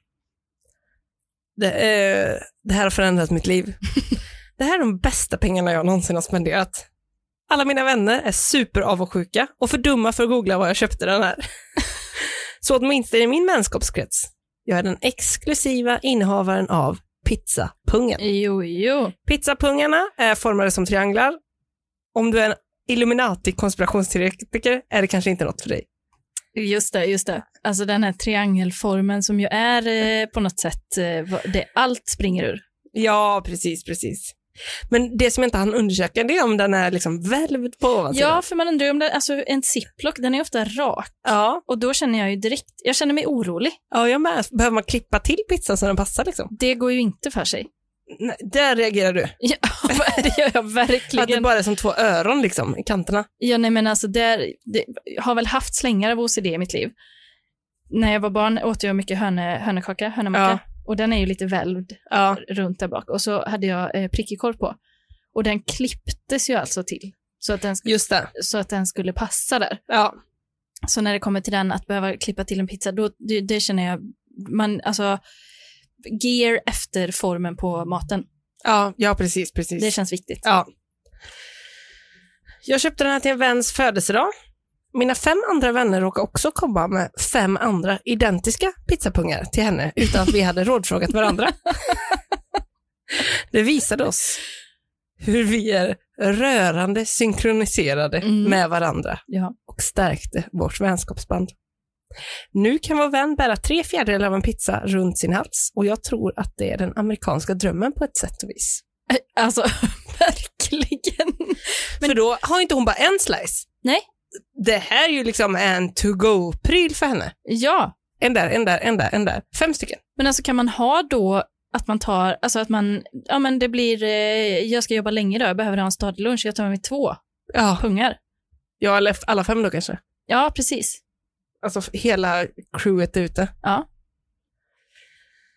[SPEAKER 2] Det, eh, det här har förändrat mitt liv. det här är de bästa pengarna jag någonsin har spenderat. Alla mina vänner är superavundsjuka och för dumma för att googla vad jag köpte den här. Så åtminstone i min vänskapskrets. Jag är den exklusiva innehavaren av pizzapungen.
[SPEAKER 1] Jo, jo.
[SPEAKER 2] Pizzapungarna är formade som trianglar. Om du är en Illuminati-konspirationsteoretiker är det kanske inte något för dig.
[SPEAKER 1] Just det, just det. Alltså den här triangelformen som ju är eh, på något sätt, eh, vad- det allt springer ur.
[SPEAKER 2] Ja, precis, precis. Men det som inte han undersöker det är om den är liksom välvd på ovansidan.
[SPEAKER 1] Ja, för man undrar ju om det, alltså en ziplock, den är ofta rak
[SPEAKER 2] ja.
[SPEAKER 1] och då känner jag ju direkt, jag känner mig orolig.
[SPEAKER 2] Ja, jag med. Behöver man klippa till pizzan så den passar liksom?
[SPEAKER 1] Det går ju inte för sig.
[SPEAKER 2] Nej, där reagerar du.
[SPEAKER 1] Ja, det gör jag
[SPEAKER 2] Att det
[SPEAKER 1] verkligen.
[SPEAKER 2] bara är som två öron liksom i kanterna.
[SPEAKER 1] Ja, nej men alltså där, det, jag har väl haft slängar av OCD i mitt liv. När jag var barn åt jag mycket hörne, hörnekaka, hörnemacka. Och den är ju lite välvd
[SPEAKER 2] Ja.
[SPEAKER 1] runt där bak. Och så hade jag eh, prickig korv på. Och den klipptes ju alltså till. Så att, den, sk-
[SPEAKER 2] Just det.
[SPEAKER 1] så att den skulle passa där.
[SPEAKER 2] Ja.
[SPEAKER 1] Så när det kommer till den, att behöva klippa till en pizza, då, det, det känner jag, man, alltså, gear efter formen på maten.
[SPEAKER 2] Ja, ja precis, precis.
[SPEAKER 1] Det känns viktigt.
[SPEAKER 2] Ja. Jag köpte den här till en väns födelsedag. Mina fem andra vänner råkade också komma med fem andra identiska pizzapungar till henne utan att vi hade rådfrågat varandra. Det visade oss hur vi är rörande synkroniserade
[SPEAKER 1] Mm.
[SPEAKER 2] med varandra
[SPEAKER 1] Ja.
[SPEAKER 2] och stärkte vårt vänskapsband. Nu kan vår vän bära tre fjärdedelar av en pizza runt sin hals och jag tror att det är den amerikanska drömmen på ett sätt och vis.
[SPEAKER 1] Eh, Alltså, verkligen.
[SPEAKER 2] För då har inte hon bara en slice.
[SPEAKER 1] Nej.
[SPEAKER 2] Det här är ju liksom en to-go-pryl för henne.
[SPEAKER 1] Ja,
[SPEAKER 2] En där, en där, en där, en där. Fem stycken.
[SPEAKER 1] Men alltså kan man ha då att man tar, alltså att man, ja men det blir, eh, jag ska jobba länge då, jag behöver ha en stadig lunch, jag tar med mig två
[SPEAKER 2] Ja.
[SPEAKER 1] pungar.
[SPEAKER 2] Ja, eller alla fem då kanske.
[SPEAKER 1] Ja, precis.
[SPEAKER 2] Alltså f- hela crewet är ute.
[SPEAKER 1] Ja.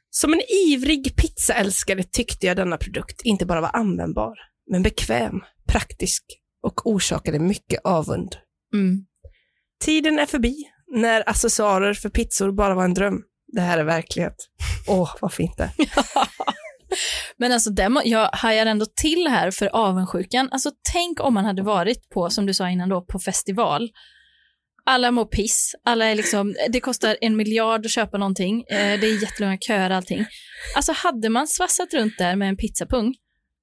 [SPEAKER 2] Som en ivrig pizzaälskare tyckte jag denna produkt inte bara var användbar, men bekväm, praktisk och orsakade mycket avund.
[SPEAKER 1] Mm.
[SPEAKER 2] Tiden är förbi när accessoarer för pizzor bara var en dröm. Det här är verklighet. Åh, varför inte?
[SPEAKER 1] Men alltså det må, jag hajar ändå till här för avundsjukan. Alltså tänk om man hade varit på, som du sa innan då, på festival. Alla mår piss, alla är liksom, det kostar en miljard att köpa någonting, eh, det är jättelånga köer och allting. Alltså hade man svassat runt där med en pizzapung,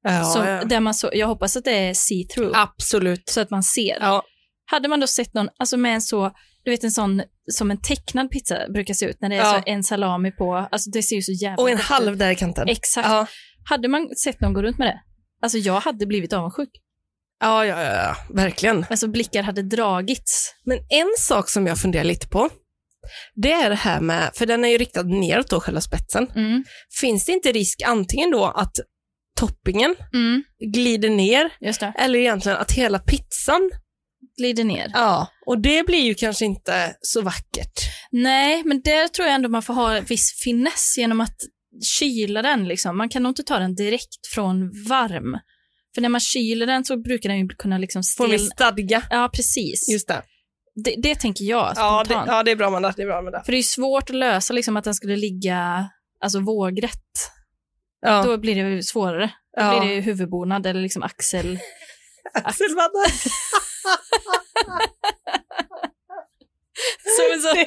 [SPEAKER 2] Ja,
[SPEAKER 1] som,
[SPEAKER 2] ja.
[SPEAKER 1] där man så, jag hoppas att det är see-through,
[SPEAKER 2] Absolut.
[SPEAKER 1] så att man ser.
[SPEAKER 2] Ja,
[SPEAKER 1] Hade man då sett någon, alltså med en så, du vet en sån som en tecknad pizza brukar se ut när det är
[SPEAKER 2] Ja.
[SPEAKER 1] så en salami på, alltså det ser ju så jävla
[SPEAKER 2] Och en
[SPEAKER 1] gott ut.
[SPEAKER 2] halv där i kanten.
[SPEAKER 1] Exakt.
[SPEAKER 2] Ja.
[SPEAKER 1] Hade man sett någon gå runt med det, alltså jag hade blivit avundsjuk.
[SPEAKER 2] Ja, ja, ja, ja, verkligen.
[SPEAKER 1] Alltså blickar hade dragits.
[SPEAKER 2] Men en sak som jag funderar lite på, det är det här med, för den är ju riktad neråt då, själva spetsen.
[SPEAKER 1] Mm.
[SPEAKER 2] Finns det inte risk antingen då att toppingen
[SPEAKER 1] Mm.
[SPEAKER 2] glider ner
[SPEAKER 1] Just det.
[SPEAKER 2] eller egentligen att hela pizzan,
[SPEAKER 1] Glider ner.
[SPEAKER 2] ja, och det blir ju kanske inte så vackert.
[SPEAKER 1] Nej, men där tror jag ändå man får ha viss finess genom att kyla den. Liksom. Man kan nog inte ta den direkt från varm. För när man kyler den så brukar den ju kunna liksom
[SPEAKER 2] Får vi
[SPEAKER 1] stelna.
[SPEAKER 2] stadga?
[SPEAKER 1] Ja, precis.
[SPEAKER 2] Just det.
[SPEAKER 1] Det, det tänker jag
[SPEAKER 2] Ja
[SPEAKER 1] spontant.
[SPEAKER 2] det, ja, det är bra Amanda, det är bra Amanda.
[SPEAKER 1] För det är ju svårt att lösa liksom, att den skulle ligga alltså, vågrätt.
[SPEAKER 2] Ja.
[SPEAKER 1] Då blir det ju svårare. Då
[SPEAKER 2] Ja.
[SPEAKER 1] blir det ju huvudbonad eller liksom axel.
[SPEAKER 2] Axelmadda.
[SPEAKER 1] Som en sån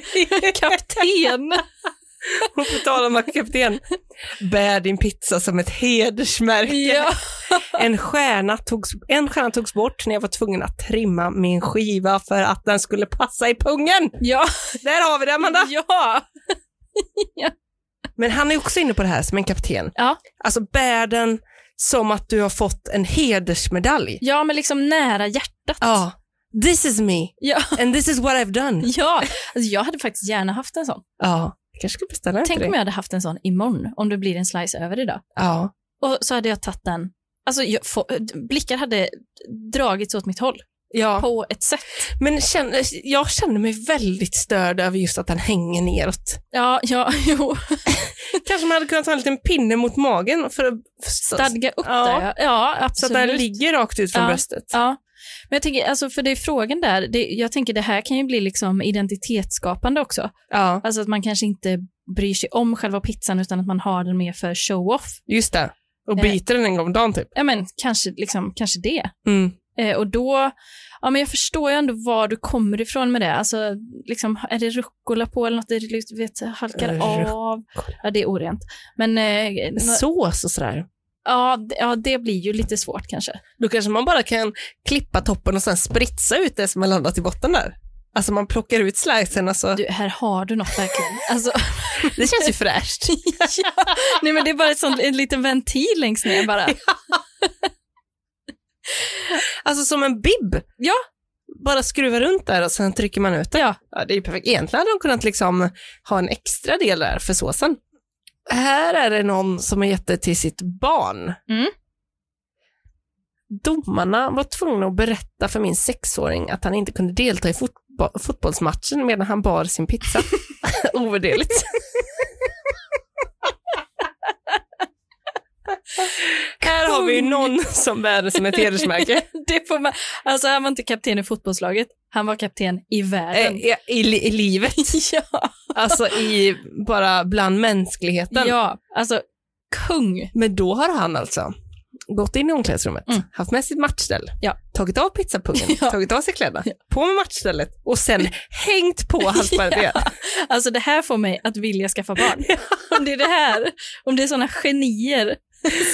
[SPEAKER 1] kapten.
[SPEAKER 2] Och på tal om att kapten, bär din pizza som ett hedersmärke.
[SPEAKER 1] ja.
[SPEAKER 2] En stjärna, togs, en stjärna togs bort när jag var tvungen att trimma min skiva för att den skulle passa i pungen.
[SPEAKER 1] Ja.
[SPEAKER 2] Där har vi det Amanda!
[SPEAKER 1] ja.
[SPEAKER 2] Men han är också inne på det här som en kapten.
[SPEAKER 1] Ja.
[SPEAKER 2] Alltså bär den som att du har fått en hedersmedalj.
[SPEAKER 1] Ja, men liksom nära hjärtat.
[SPEAKER 2] Ja. This is me
[SPEAKER 1] Ja.
[SPEAKER 2] and this is what I've done.
[SPEAKER 1] ja. Alltså, jag hade faktiskt gärna haft en sån.
[SPEAKER 2] Ja, jag kanske skulle beställa en
[SPEAKER 1] Tänk
[SPEAKER 2] till
[SPEAKER 1] om
[SPEAKER 2] dig.
[SPEAKER 1] jag hade haft en sån imorgon, om det blir en slice över idag.
[SPEAKER 2] Ja.
[SPEAKER 1] Och så hade jag tagit den. Alltså, jag, få, blickar hade dragits åt mitt håll
[SPEAKER 2] ja.
[SPEAKER 1] på ett sätt.
[SPEAKER 2] Men känn, jag känner mig väldigt störd över just att han hänger neråt.
[SPEAKER 1] Ja, ja, jo.
[SPEAKER 2] Kanske man hade kunnat ha en liten pinne mot magen för att, för att
[SPEAKER 1] Stadga upp
[SPEAKER 2] Ja.
[SPEAKER 1] där. Ja, ja
[SPEAKER 2] så att
[SPEAKER 1] absolut.
[SPEAKER 2] den ligger rakt ut från
[SPEAKER 1] Ja.
[SPEAKER 2] bröstet.
[SPEAKER 1] Ja, men jag tänker, alltså för det är frågan där, det, jag tänker det här kan ju bli liksom identitetsskapande också.
[SPEAKER 2] Ja,
[SPEAKER 1] Alltså att man kanske inte bryr sig om själva pizzan utan att man har den mer för show-off.
[SPEAKER 2] just det. Och
[SPEAKER 1] Eh.
[SPEAKER 2] biter den en gång om dagen typ.
[SPEAKER 1] Ja men kanske, liksom, kanske det.
[SPEAKER 2] Mm.
[SPEAKER 1] Eh, och då, ja men jag förstår ju ändå var du kommer ifrån med det. Alltså liksom, är det rucola på eller något, är det, liksom, vet, halkar
[SPEAKER 2] Eh, Rucola.
[SPEAKER 1] av? Ja det är orent. Men eh, nå-
[SPEAKER 2] Sås och sådär.
[SPEAKER 1] ja, d- ja, det blir ju lite svårt kanske.
[SPEAKER 2] Då kanske man bara kan klippa toppen och sen spritsa ut det som har landat i botten där. Alltså man plockar ut slicen, alltså.
[SPEAKER 1] Du, här har du något verkligen. Alltså,
[SPEAKER 2] det känns ju fräscht.
[SPEAKER 1] ja. Nej, men det är bara ett sånt, en liten ventil längst ner bara.
[SPEAKER 2] Alltså som en bibb.
[SPEAKER 1] Ja.
[SPEAKER 2] Bara skruva runt där och sen trycker man ut det.
[SPEAKER 1] Ja.
[SPEAKER 2] Ja, det är ju perfekt. Egentligen hade de kunnat liksom ha en extra del där för såsen. Här är det någon som har gett det till sitt barn.
[SPEAKER 1] Mm.
[SPEAKER 2] Domarna var tvungna att berätta för min sexåring att han inte kunde delta i fotbo- fotbollsmatchen medan han bar sin pizza. Ovärderligt. Här har vi ju någon som bär det som ett hedersmärke.
[SPEAKER 1] Det får man, alltså han var inte kapten i fotbollslaget, han var kapten i
[SPEAKER 2] Eh,
[SPEAKER 1] världen.
[SPEAKER 2] I, i, I livet,
[SPEAKER 1] ja.
[SPEAKER 2] alltså i, bara bland mänskligheten.
[SPEAKER 1] ja, alltså kung.
[SPEAKER 2] Men då har han alltså gått in i omklädningsrummet,
[SPEAKER 1] Mm.
[SPEAKER 2] haft med sitt matchställ,
[SPEAKER 1] Ja.
[SPEAKER 2] tagit av pizzapungen,
[SPEAKER 1] Ja.
[SPEAKER 2] tagit av sig kläderna, på med matchstället och sen hängt på halsbandet igen.
[SPEAKER 1] Alltså det här får mig att vilja skaffa barn. Om det är det här, om det är sådana genier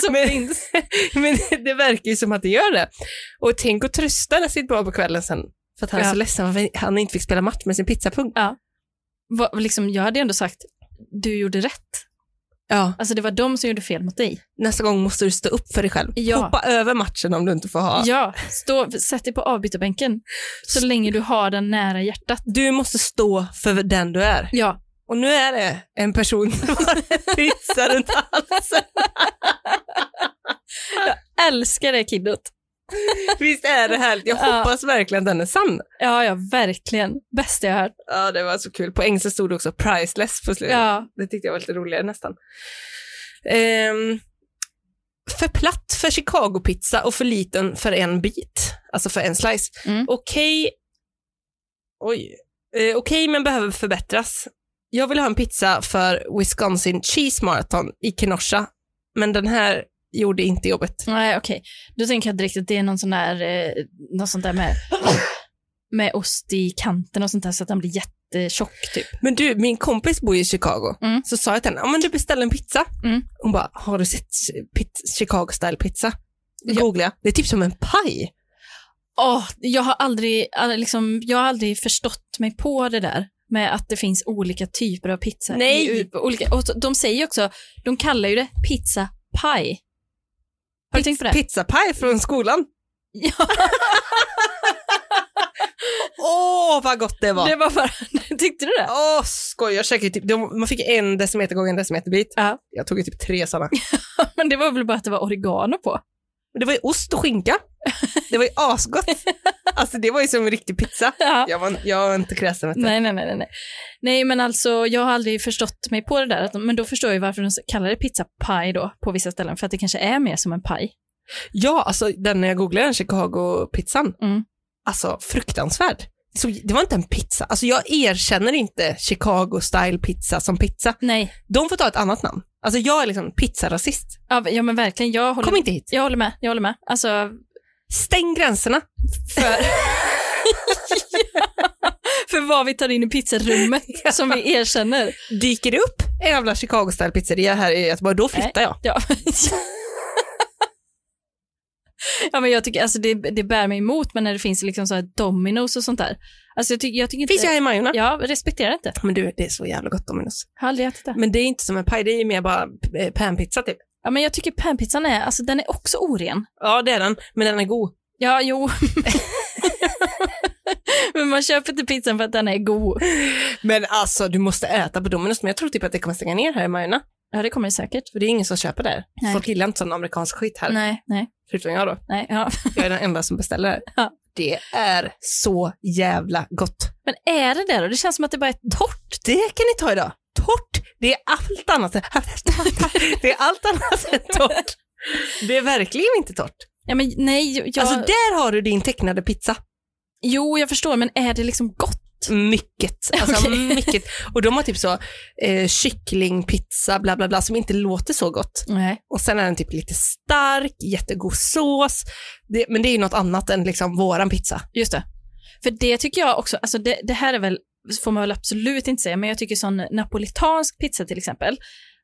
[SPEAKER 1] som
[SPEAKER 2] Men-
[SPEAKER 1] finns.
[SPEAKER 2] Men det verkar ju som att det gör det. Och tänk att trösta sitt barn på kvällen sen för att han är
[SPEAKER 1] Ja.
[SPEAKER 2] så ledsen för att han inte fick spela match med sin pizzapung.
[SPEAKER 1] Vad- liksom, jag hade ändå sagt, du gjorde rätt.
[SPEAKER 2] Ja.
[SPEAKER 1] Alltså det var de som gjorde fel mot dig.
[SPEAKER 2] Nästa gång måste du stå upp för dig själv.
[SPEAKER 1] Ja.
[SPEAKER 2] Hoppa över matchen om du inte får ha.
[SPEAKER 1] Ja, stå, sätt dig på avbytarbänken så länge du har den nära hjärtat.
[SPEAKER 2] Du måste stå för den du är.
[SPEAKER 1] Ja,
[SPEAKER 2] Och nu är det en person som har en pizza runt halsen.
[SPEAKER 1] älskar det kiddot.
[SPEAKER 2] Visst är det härligt? Jag
[SPEAKER 1] Ja.
[SPEAKER 2] hoppas verkligen den är sann.
[SPEAKER 1] Ja, ja, verkligen. Bästa jag hört.
[SPEAKER 2] Ja, det var så kul. På engelska stod det också priceless på slutet.
[SPEAKER 1] Ja.
[SPEAKER 2] Det tyckte jag var lite roligare nästan. Ehm, för platt för Chicago-pizza och för liten för en bit, alltså för en slice.
[SPEAKER 1] Mm.
[SPEAKER 2] Okej, oj, eh, okej men behöver förbättras. Jag vill ha en pizza för Wisconsin Cheese Marathon i Kenosha, men den här gjorde inte jobbet.
[SPEAKER 1] Nej, okej. Då tänker jag direkt att det är någon sån där, eh, något sånt där med, med ost i kanten och sånt där så att den blir jättetjock typ.
[SPEAKER 2] Men du, min kompis bor ju i Chicago.
[SPEAKER 1] Mm.
[SPEAKER 2] Så sa jag till henne, ja men du beställer en pizza.
[SPEAKER 1] Mm.
[SPEAKER 2] Hon bara, har du sett chi- pit- Chicago style pizza?
[SPEAKER 1] Ja.
[SPEAKER 2] Ja. Googlade jag, det är typ som en paj.
[SPEAKER 1] Åh, jag har aldrig, all- liksom, jag har aldrig förstått mig på det där med att det finns olika typer av pizza.
[SPEAKER 2] Nej.
[SPEAKER 1] I, på olika, och så- de säger ju också, de kallar ju det pizza pie. Har du tänkt på det?
[SPEAKER 2] Pizzapaj från skolan.
[SPEAKER 1] Ja.
[SPEAKER 2] Åh, vad gott det var.
[SPEAKER 1] Det var bara, tyckte du det?
[SPEAKER 2] Åh, skoj, jag käkade typ, de- man fick en decimeter gånger en decimeterbit.
[SPEAKER 1] Ja.
[SPEAKER 2] Jag tog ju typ tre sådana.
[SPEAKER 1] Men det var väl bara att det var oregano på.
[SPEAKER 2] Men det var ju ost och skinka. Det var ju asgott. Alltså det var ju som en riktig pizza.
[SPEAKER 1] Ja.
[SPEAKER 2] Jag var, jag var inte kräsen vet du.
[SPEAKER 1] Nej, nej, nej, nej, nej. Nej, men alltså jag har aldrig förstått mig på det där. Att, men då förstår jag ju varför de kallar det pizza pie då på vissa ställen. För att det kanske är mer som en paj.
[SPEAKER 2] Ja, alltså den när jag googlade den Chicago-pizzan,
[SPEAKER 1] Mm.
[SPEAKER 2] alltså fruktansvärd. Så, det var inte en pizza. Alltså jag erkänner inte Chicago-style pizza som pizza.
[SPEAKER 1] Nej.
[SPEAKER 2] De får ta ett annat namn. Alltså jag är liksom pizzarasist.
[SPEAKER 1] Ja, v- ja, men verkligen. Jag håller,
[SPEAKER 2] Kom inte hit.
[SPEAKER 1] jag håller med. Jag håller med. Alltså,
[SPEAKER 2] Stäng gränserna.
[SPEAKER 1] för... för vad vi tar in i pizzarummet som vi erkänner.
[SPEAKER 2] Dyker det upp en jävla Chicago-style pizzeria här i Göteborg, då flyttar jag.
[SPEAKER 1] Ja. Ja, men jag tycker, alltså det, det bär mig emot, men när det finns liksom så här dominos och sånt där. Alltså jag, tycker- jag tycker inte...
[SPEAKER 2] Finns jag i Majorna?
[SPEAKER 1] Ja, respekterar inte.
[SPEAKER 2] Men du, det är så jävla gott Dominus.
[SPEAKER 1] Har aldrig ätit det.
[SPEAKER 2] Men det är inte som en paj, det är ju mer bara eh, panpizza typ.
[SPEAKER 1] Ja, men jag tycker panpizzan är, alltså den är också oren.
[SPEAKER 2] Ja, det är den, men den är god.
[SPEAKER 1] Ja, jo. men man köper inte pizzan för att den är god.
[SPEAKER 2] Men alltså, du måste äta på Dominus, men jag tror typ att det kommer stänga ner här i Majorna.
[SPEAKER 1] Ja, det kommer det säkert.
[SPEAKER 2] För det är ingen som köper där.
[SPEAKER 1] Nej.
[SPEAKER 2] Folk gillar inte sån amerikansk skit här,
[SPEAKER 1] Nej, nej,
[SPEAKER 2] förutom jag då.
[SPEAKER 1] nej. Ja.
[SPEAKER 2] Jag är den enda som beställer det.
[SPEAKER 1] Ja.
[SPEAKER 2] Det är så jävla gott.
[SPEAKER 1] Men är det det då? Det känns som att det bara är torrt.
[SPEAKER 2] Det kan ni ta idag. Torrt, det är allt annat. Det är allt annat än torrt. Det är verkligen inte torrt.
[SPEAKER 1] Ja, men nej, jag...
[SPEAKER 2] Alltså där har du din tecknade pizza.
[SPEAKER 1] Jo, jag förstår, men är det liksom gott?
[SPEAKER 2] Mycket. Alltså
[SPEAKER 1] Okej.
[SPEAKER 2] mycket. Och de har typ så eh, kycklingpizza, bla bla bla, som inte låter så gott.
[SPEAKER 1] Nej.
[SPEAKER 2] Och sen är den typ lite stark, jättegod sås. Det, men det är ju något annat än liksom våran pizza.
[SPEAKER 1] Just det. För det tycker jag också, alltså det, det här är väl, får man väl absolut inte säga, men jag tycker sån napolitansk pizza till exempel,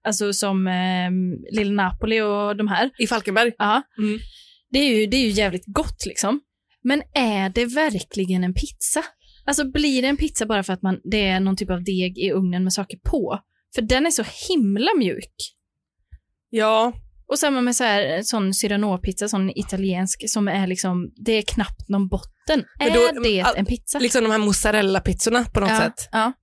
[SPEAKER 1] alltså som eh, Lilla Napoli och de här,
[SPEAKER 2] I Falkenberg?
[SPEAKER 1] ja,
[SPEAKER 2] Mm.
[SPEAKER 1] det, är ju, det är ju jävligt gott liksom. Men är det verkligen en pizza? Alltså blir det en pizza bara för att man, det är någon typ av deg i ugnen med saker på? För den är så himla mjuk.
[SPEAKER 2] Ja,
[SPEAKER 1] Och samma med så här, sån Cyrano-pizza, sån italiensk, som är liksom, det är knappt någon botten.
[SPEAKER 2] Men då-
[SPEAKER 1] är det
[SPEAKER 2] all-
[SPEAKER 1] en pizza?
[SPEAKER 2] liksom de här mozzarella-pizzorna på något
[SPEAKER 1] ja,
[SPEAKER 2] sätt.
[SPEAKER 1] Ja,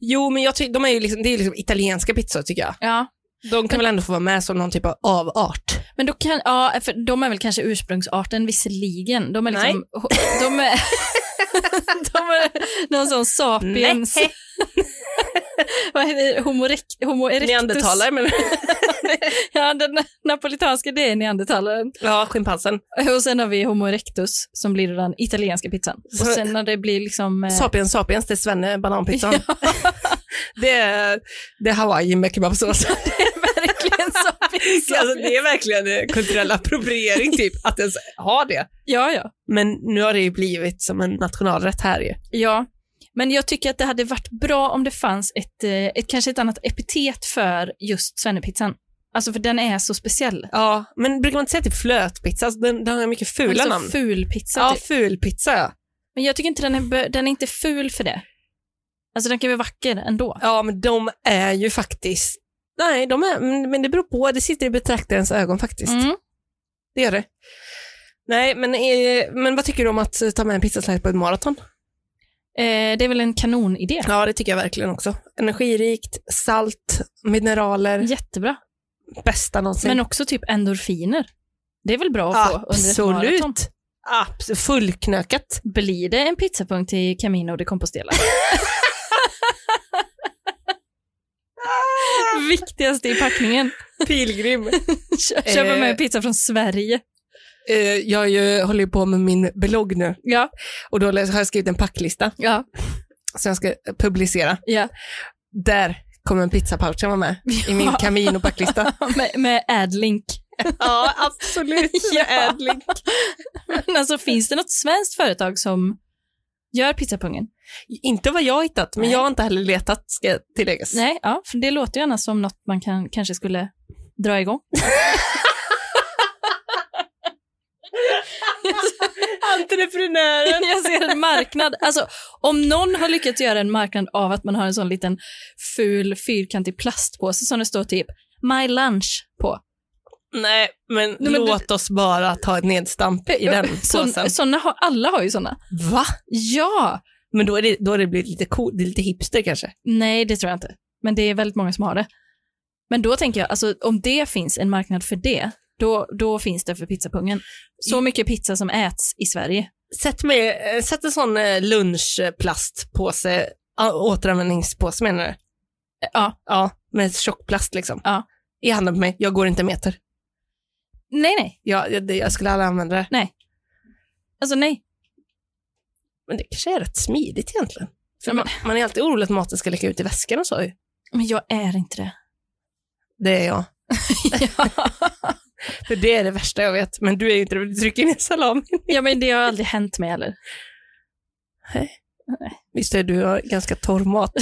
[SPEAKER 2] Jo, men jag ty- de är ju liksom, det är ju liksom italienska pizzor tycker jag.
[SPEAKER 1] ja.
[SPEAKER 2] De kan väl ändå få vara med som någon typ av avart.
[SPEAKER 1] Men då kan, ja, för de är väl kanske ursprungsarten visserligen. De är liksom, de är, de är någon sån sapiens.
[SPEAKER 2] Nej.
[SPEAKER 1] Vad heter det? Homo, rec- homo erectus.
[SPEAKER 2] Neandertalare men
[SPEAKER 1] Ja, den napolitanska det är neandertalaren.
[SPEAKER 2] Ja, schimpansen.
[SPEAKER 1] Och sen har vi homo erectus som blir den italienska pizzan. Och sen när det blir liksom... eh,
[SPEAKER 2] Sapiens sapiens, det är Svenne, bananpizzan. det, är, det är Hawaii med kebabsås.
[SPEAKER 1] verkligen sapiens.
[SPEAKER 2] alltså, det är verkligen eh, kulturell appropriering typ, att ens ha det.
[SPEAKER 1] Ja, ja.
[SPEAKER 2] Men nu har det ju blivit som en nationalrätt här ju.
[SPEAKER 1] Ja, men jag tycker att det hade varit bra om det fanns ett, eh, ett kanske ett annat epitet för just svennepizzan. Alltså för den är så speciell.
[SPEAKER 2] Ja, men brukar man inte säga typ flötpizza? Alltså, den, den har mycket fula
[SPEAKER 1] Alltså
[SPEAKER 2] namn.
[SPEAKER 1] Fulpizza.
[SPEAKER 2] ja,
[SPEAKER 1] Typ.
[SPEAKER 2] fulpizza ja.
[SPEAKER 1] Men jag tycker inte den är, bö- den är inte ful för det. Alltså den kan vara vacker ändå.
[SPEAKER 2] Ja, men de är ju faktiskt... Nej, de är, men men det beror på. Det sitter i betraktarens ögon faktiskt.
[SPEAKER 1] Mm.
[SPEAKER 2] Det gör det. Nej, men, eh, men vad tycker du om att eh, ta med en pizzaslice på ett maraton?
[SPEAKER 1] Eh, det är väl en kanonidé.
[SPEAKER 2] Ja, det tycker jag verkligen också. Energirikt, salt, mineraler,
[SPEAKER 1] Jättebra.
[SPEAKER 2] bästa någonsin.
[SPEAKER 1] Men också typ endorfiner. Det är väl bra att få under ett maraton.
[SPEAKER 2] Absolut. Absolut. Fullknökat.
[SPEAKER 1] Blir det en pizzapunkt i Camino de Compostela? Viktigaste i packningen.
[SPEAKER 2] Pilgrim.
[SPEAKER 1] Kö- Köpa med
[SPEAKER 2] Eh.
[SPEAKER 1] en pizza från Sverige.
[SPEAKER 2] Eh, jag är ju, håller ju på med min blogg nu
[SPEAKER 1] Ja,
[SPEAKER 2] och då har jag skrivit en packlista
[SPEAKER 1] ja,
[SPEAKER 2] som jag ska publicera.
[SPEAKER 1] ja.
[SPEAKER 2] Där kommer en pizzapouchen vara med i min
[SPEAKER 1] Ja.
[SPEAKER 2] Camino-packlista.
[SPEAKER 1] Med, med adlink.
[SPEAKER 2] ja, absolut.
[SPEAKER 1] Ja.
[SPEAKER 2] Ädling.
[SPEAKER 1] Men alltså finns det något svenskt företag som gör pizzapungen?
[SPEAKER 2] Inte vad jag har hittat, men
[SPEAKER 1] Nej.
[SPEAKER 2] jag har inte heller letat, ska tilläggas.
[SPEAKER 1] Nej, ja, för det låter ju annars som något man kan, kanske skulle dra igång.
[SPEAKER 2] Entreprenören.
[SPEAKER 1] Jag ser en marknad. Alltså, om någon har lyckats göra en marknad av att man har en sån liten ful fyrkantig plastpåse som det står typ My lunch på.
[SPEAKER 2] Nej, men,
[SPEAKER 1] men
[SPEAKER 2] låt oss bara ta ett nedstamp i den
[SPEAKER 1] Sån-
[SPEAKER 2] påsen.
[SPEAKER 1] Såna har, alla har ju såna.
[SPEAKER 2] Va?
[SPEAKER 1] Ja!
[SPEAKER 2] Men då är det, då är det blivit lite coolt, det är lite hipster kanske.
[SPEAKER 1] Nej, det tror jag inte. Men det är väldigt många som har det. Men då tänker jag, alltså, om det finns en marknad för det, då, då finns det för pizzapungen. Så mycket pizza som äts i Sverige.
[SPEAKER 2] Sätt, med, eh, sätt en sån eh, lunchplastpåse, a- återanvändningspåse menar du?
[SPEAKER 1] Ja.
[SPEAKER 2] Ja, med tjockplast liksom.
[SPEAKER 1] Ja.
[SPEAKER 2] I handen på mig, jag går inte en meter.
[SPEAKER 1] Nej, nej.
[SPEAKER 2] Jag, jag, det- jag skulle aldrig använda det.
[SPEAKER 1] Alltså nej.
[SPEAKER 2] Men det kanske är rätt smidigt egentligen. För
[SPEAKER 1] Ja, men-
[SPEAKER 2] man, man är alltid orolig att maten ska läcka ut i väskan och så ju.
[SPEAKER 1] Men jag är inte det.
[SPEAKER 2] Det är jag.
[SPEAKER 1] ja.
[SPEAKER 2] För det är det värsta jag vet. Men du är ju inte det, du trycker ner salamin.
[SPEAKER 1] ja, men det har aldrig hänt mig heller.
[SPEAKER 2] Visst är du har ganska torr mat? Du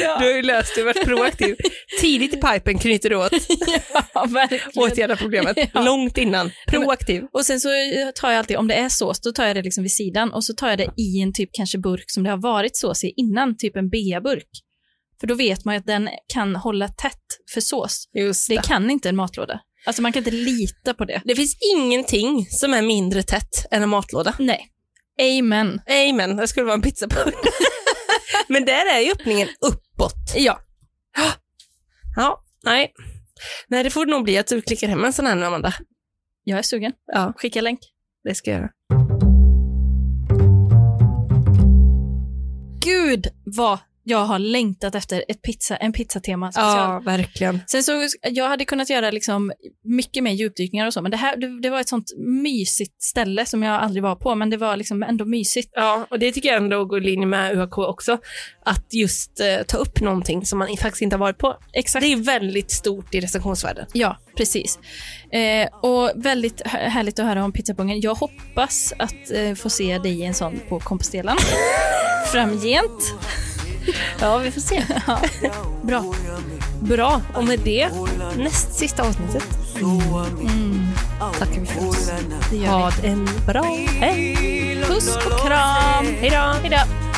[SPEAKER 1] Ja,
[SPEAKER 2] har ju löst det, varit proaktiv. Tidigt i pipen knyter du åt,
[SPEAKER 1] ja verkligen.
[SPEAKER 2] åtgärda problemet.
[SPEAKER 1] Ja.
[SPEAKER 2] Långt innan. Proaktiv.
[SPEAKER 1] Och sen så tar jag alltid, om det är sås, då tar jag det liksom vid sidan och så tar jag det i en typ kanske burk som det har varit sås i innan, typ en bea-burk. För då vet man ju att den kan hålla tätt för sås.
[SPEAKER 2] Just
[SPEAKER 1] Det kan inte en matlåda. Alltså man kan inte lita på det.
[SPEAKER 2] Det finns ingenting som är mindre tätt än en matlåda.
[SPEAKER 1] Nej. Amen.
[SPEAKER 2] Amen, det skulle vara en pizzapung. Men där är ju öppningen uppåt.
[SPEAKER 1] Ja.
[SPEAKER 2] Ja, nej. Nej, det får nog bli att du klickar hem en sån här nu, Amanda.
[SPEAKER 1] Jag är sugen.
[SPEAKER 2] Ja.
[SPEAKER 1] Skicka länk.
[SPEAKER 2] Det ska jag göra.
[SPEAKER 1] Gud vad jag har längtat efter ett pizza, en pizzatema special.
[SPEAKER 2] Ja, verkligen.
[SPEAKER 1] Sen så, jag hade kunnat göra liksom mycket mer djupdykningar och så, men det här det, det var ett sånt mysigt ställe som jag aldrig var på, men det var liksom ändå mysigt.
[SPEAKER 2] Ja, och det tycker jag ändå går i linje med UAK också. Att just eh, ta upp någonting som man faktiskt inte har varit på.
[SPEAKER 1] Exakt.
[SPEAKER 2] Det är väldigt stort i recensionsvärlden.
[SPEAKER 1] Ja, precis. Eh, och väldigt hä- härligt att höra om pizzapungen. Jag hoppas att eh, få se dig i en sån på Compostelan framgent.
[SPEAKER 2] Ja, vi får se.
[SPEAKER 1] Bra.
[SPEAKER 2] Bra, och med det, näst sista avsnittet. Tackar vi för oss.
[SPEAKER 1] Det gör vi.
[SPEAKER 2] Ha en bra helg.
[SPEAKER 1] Puss och kram.
[SPEAKER 2] Hej då!
[SPEAKER 1] Hej då.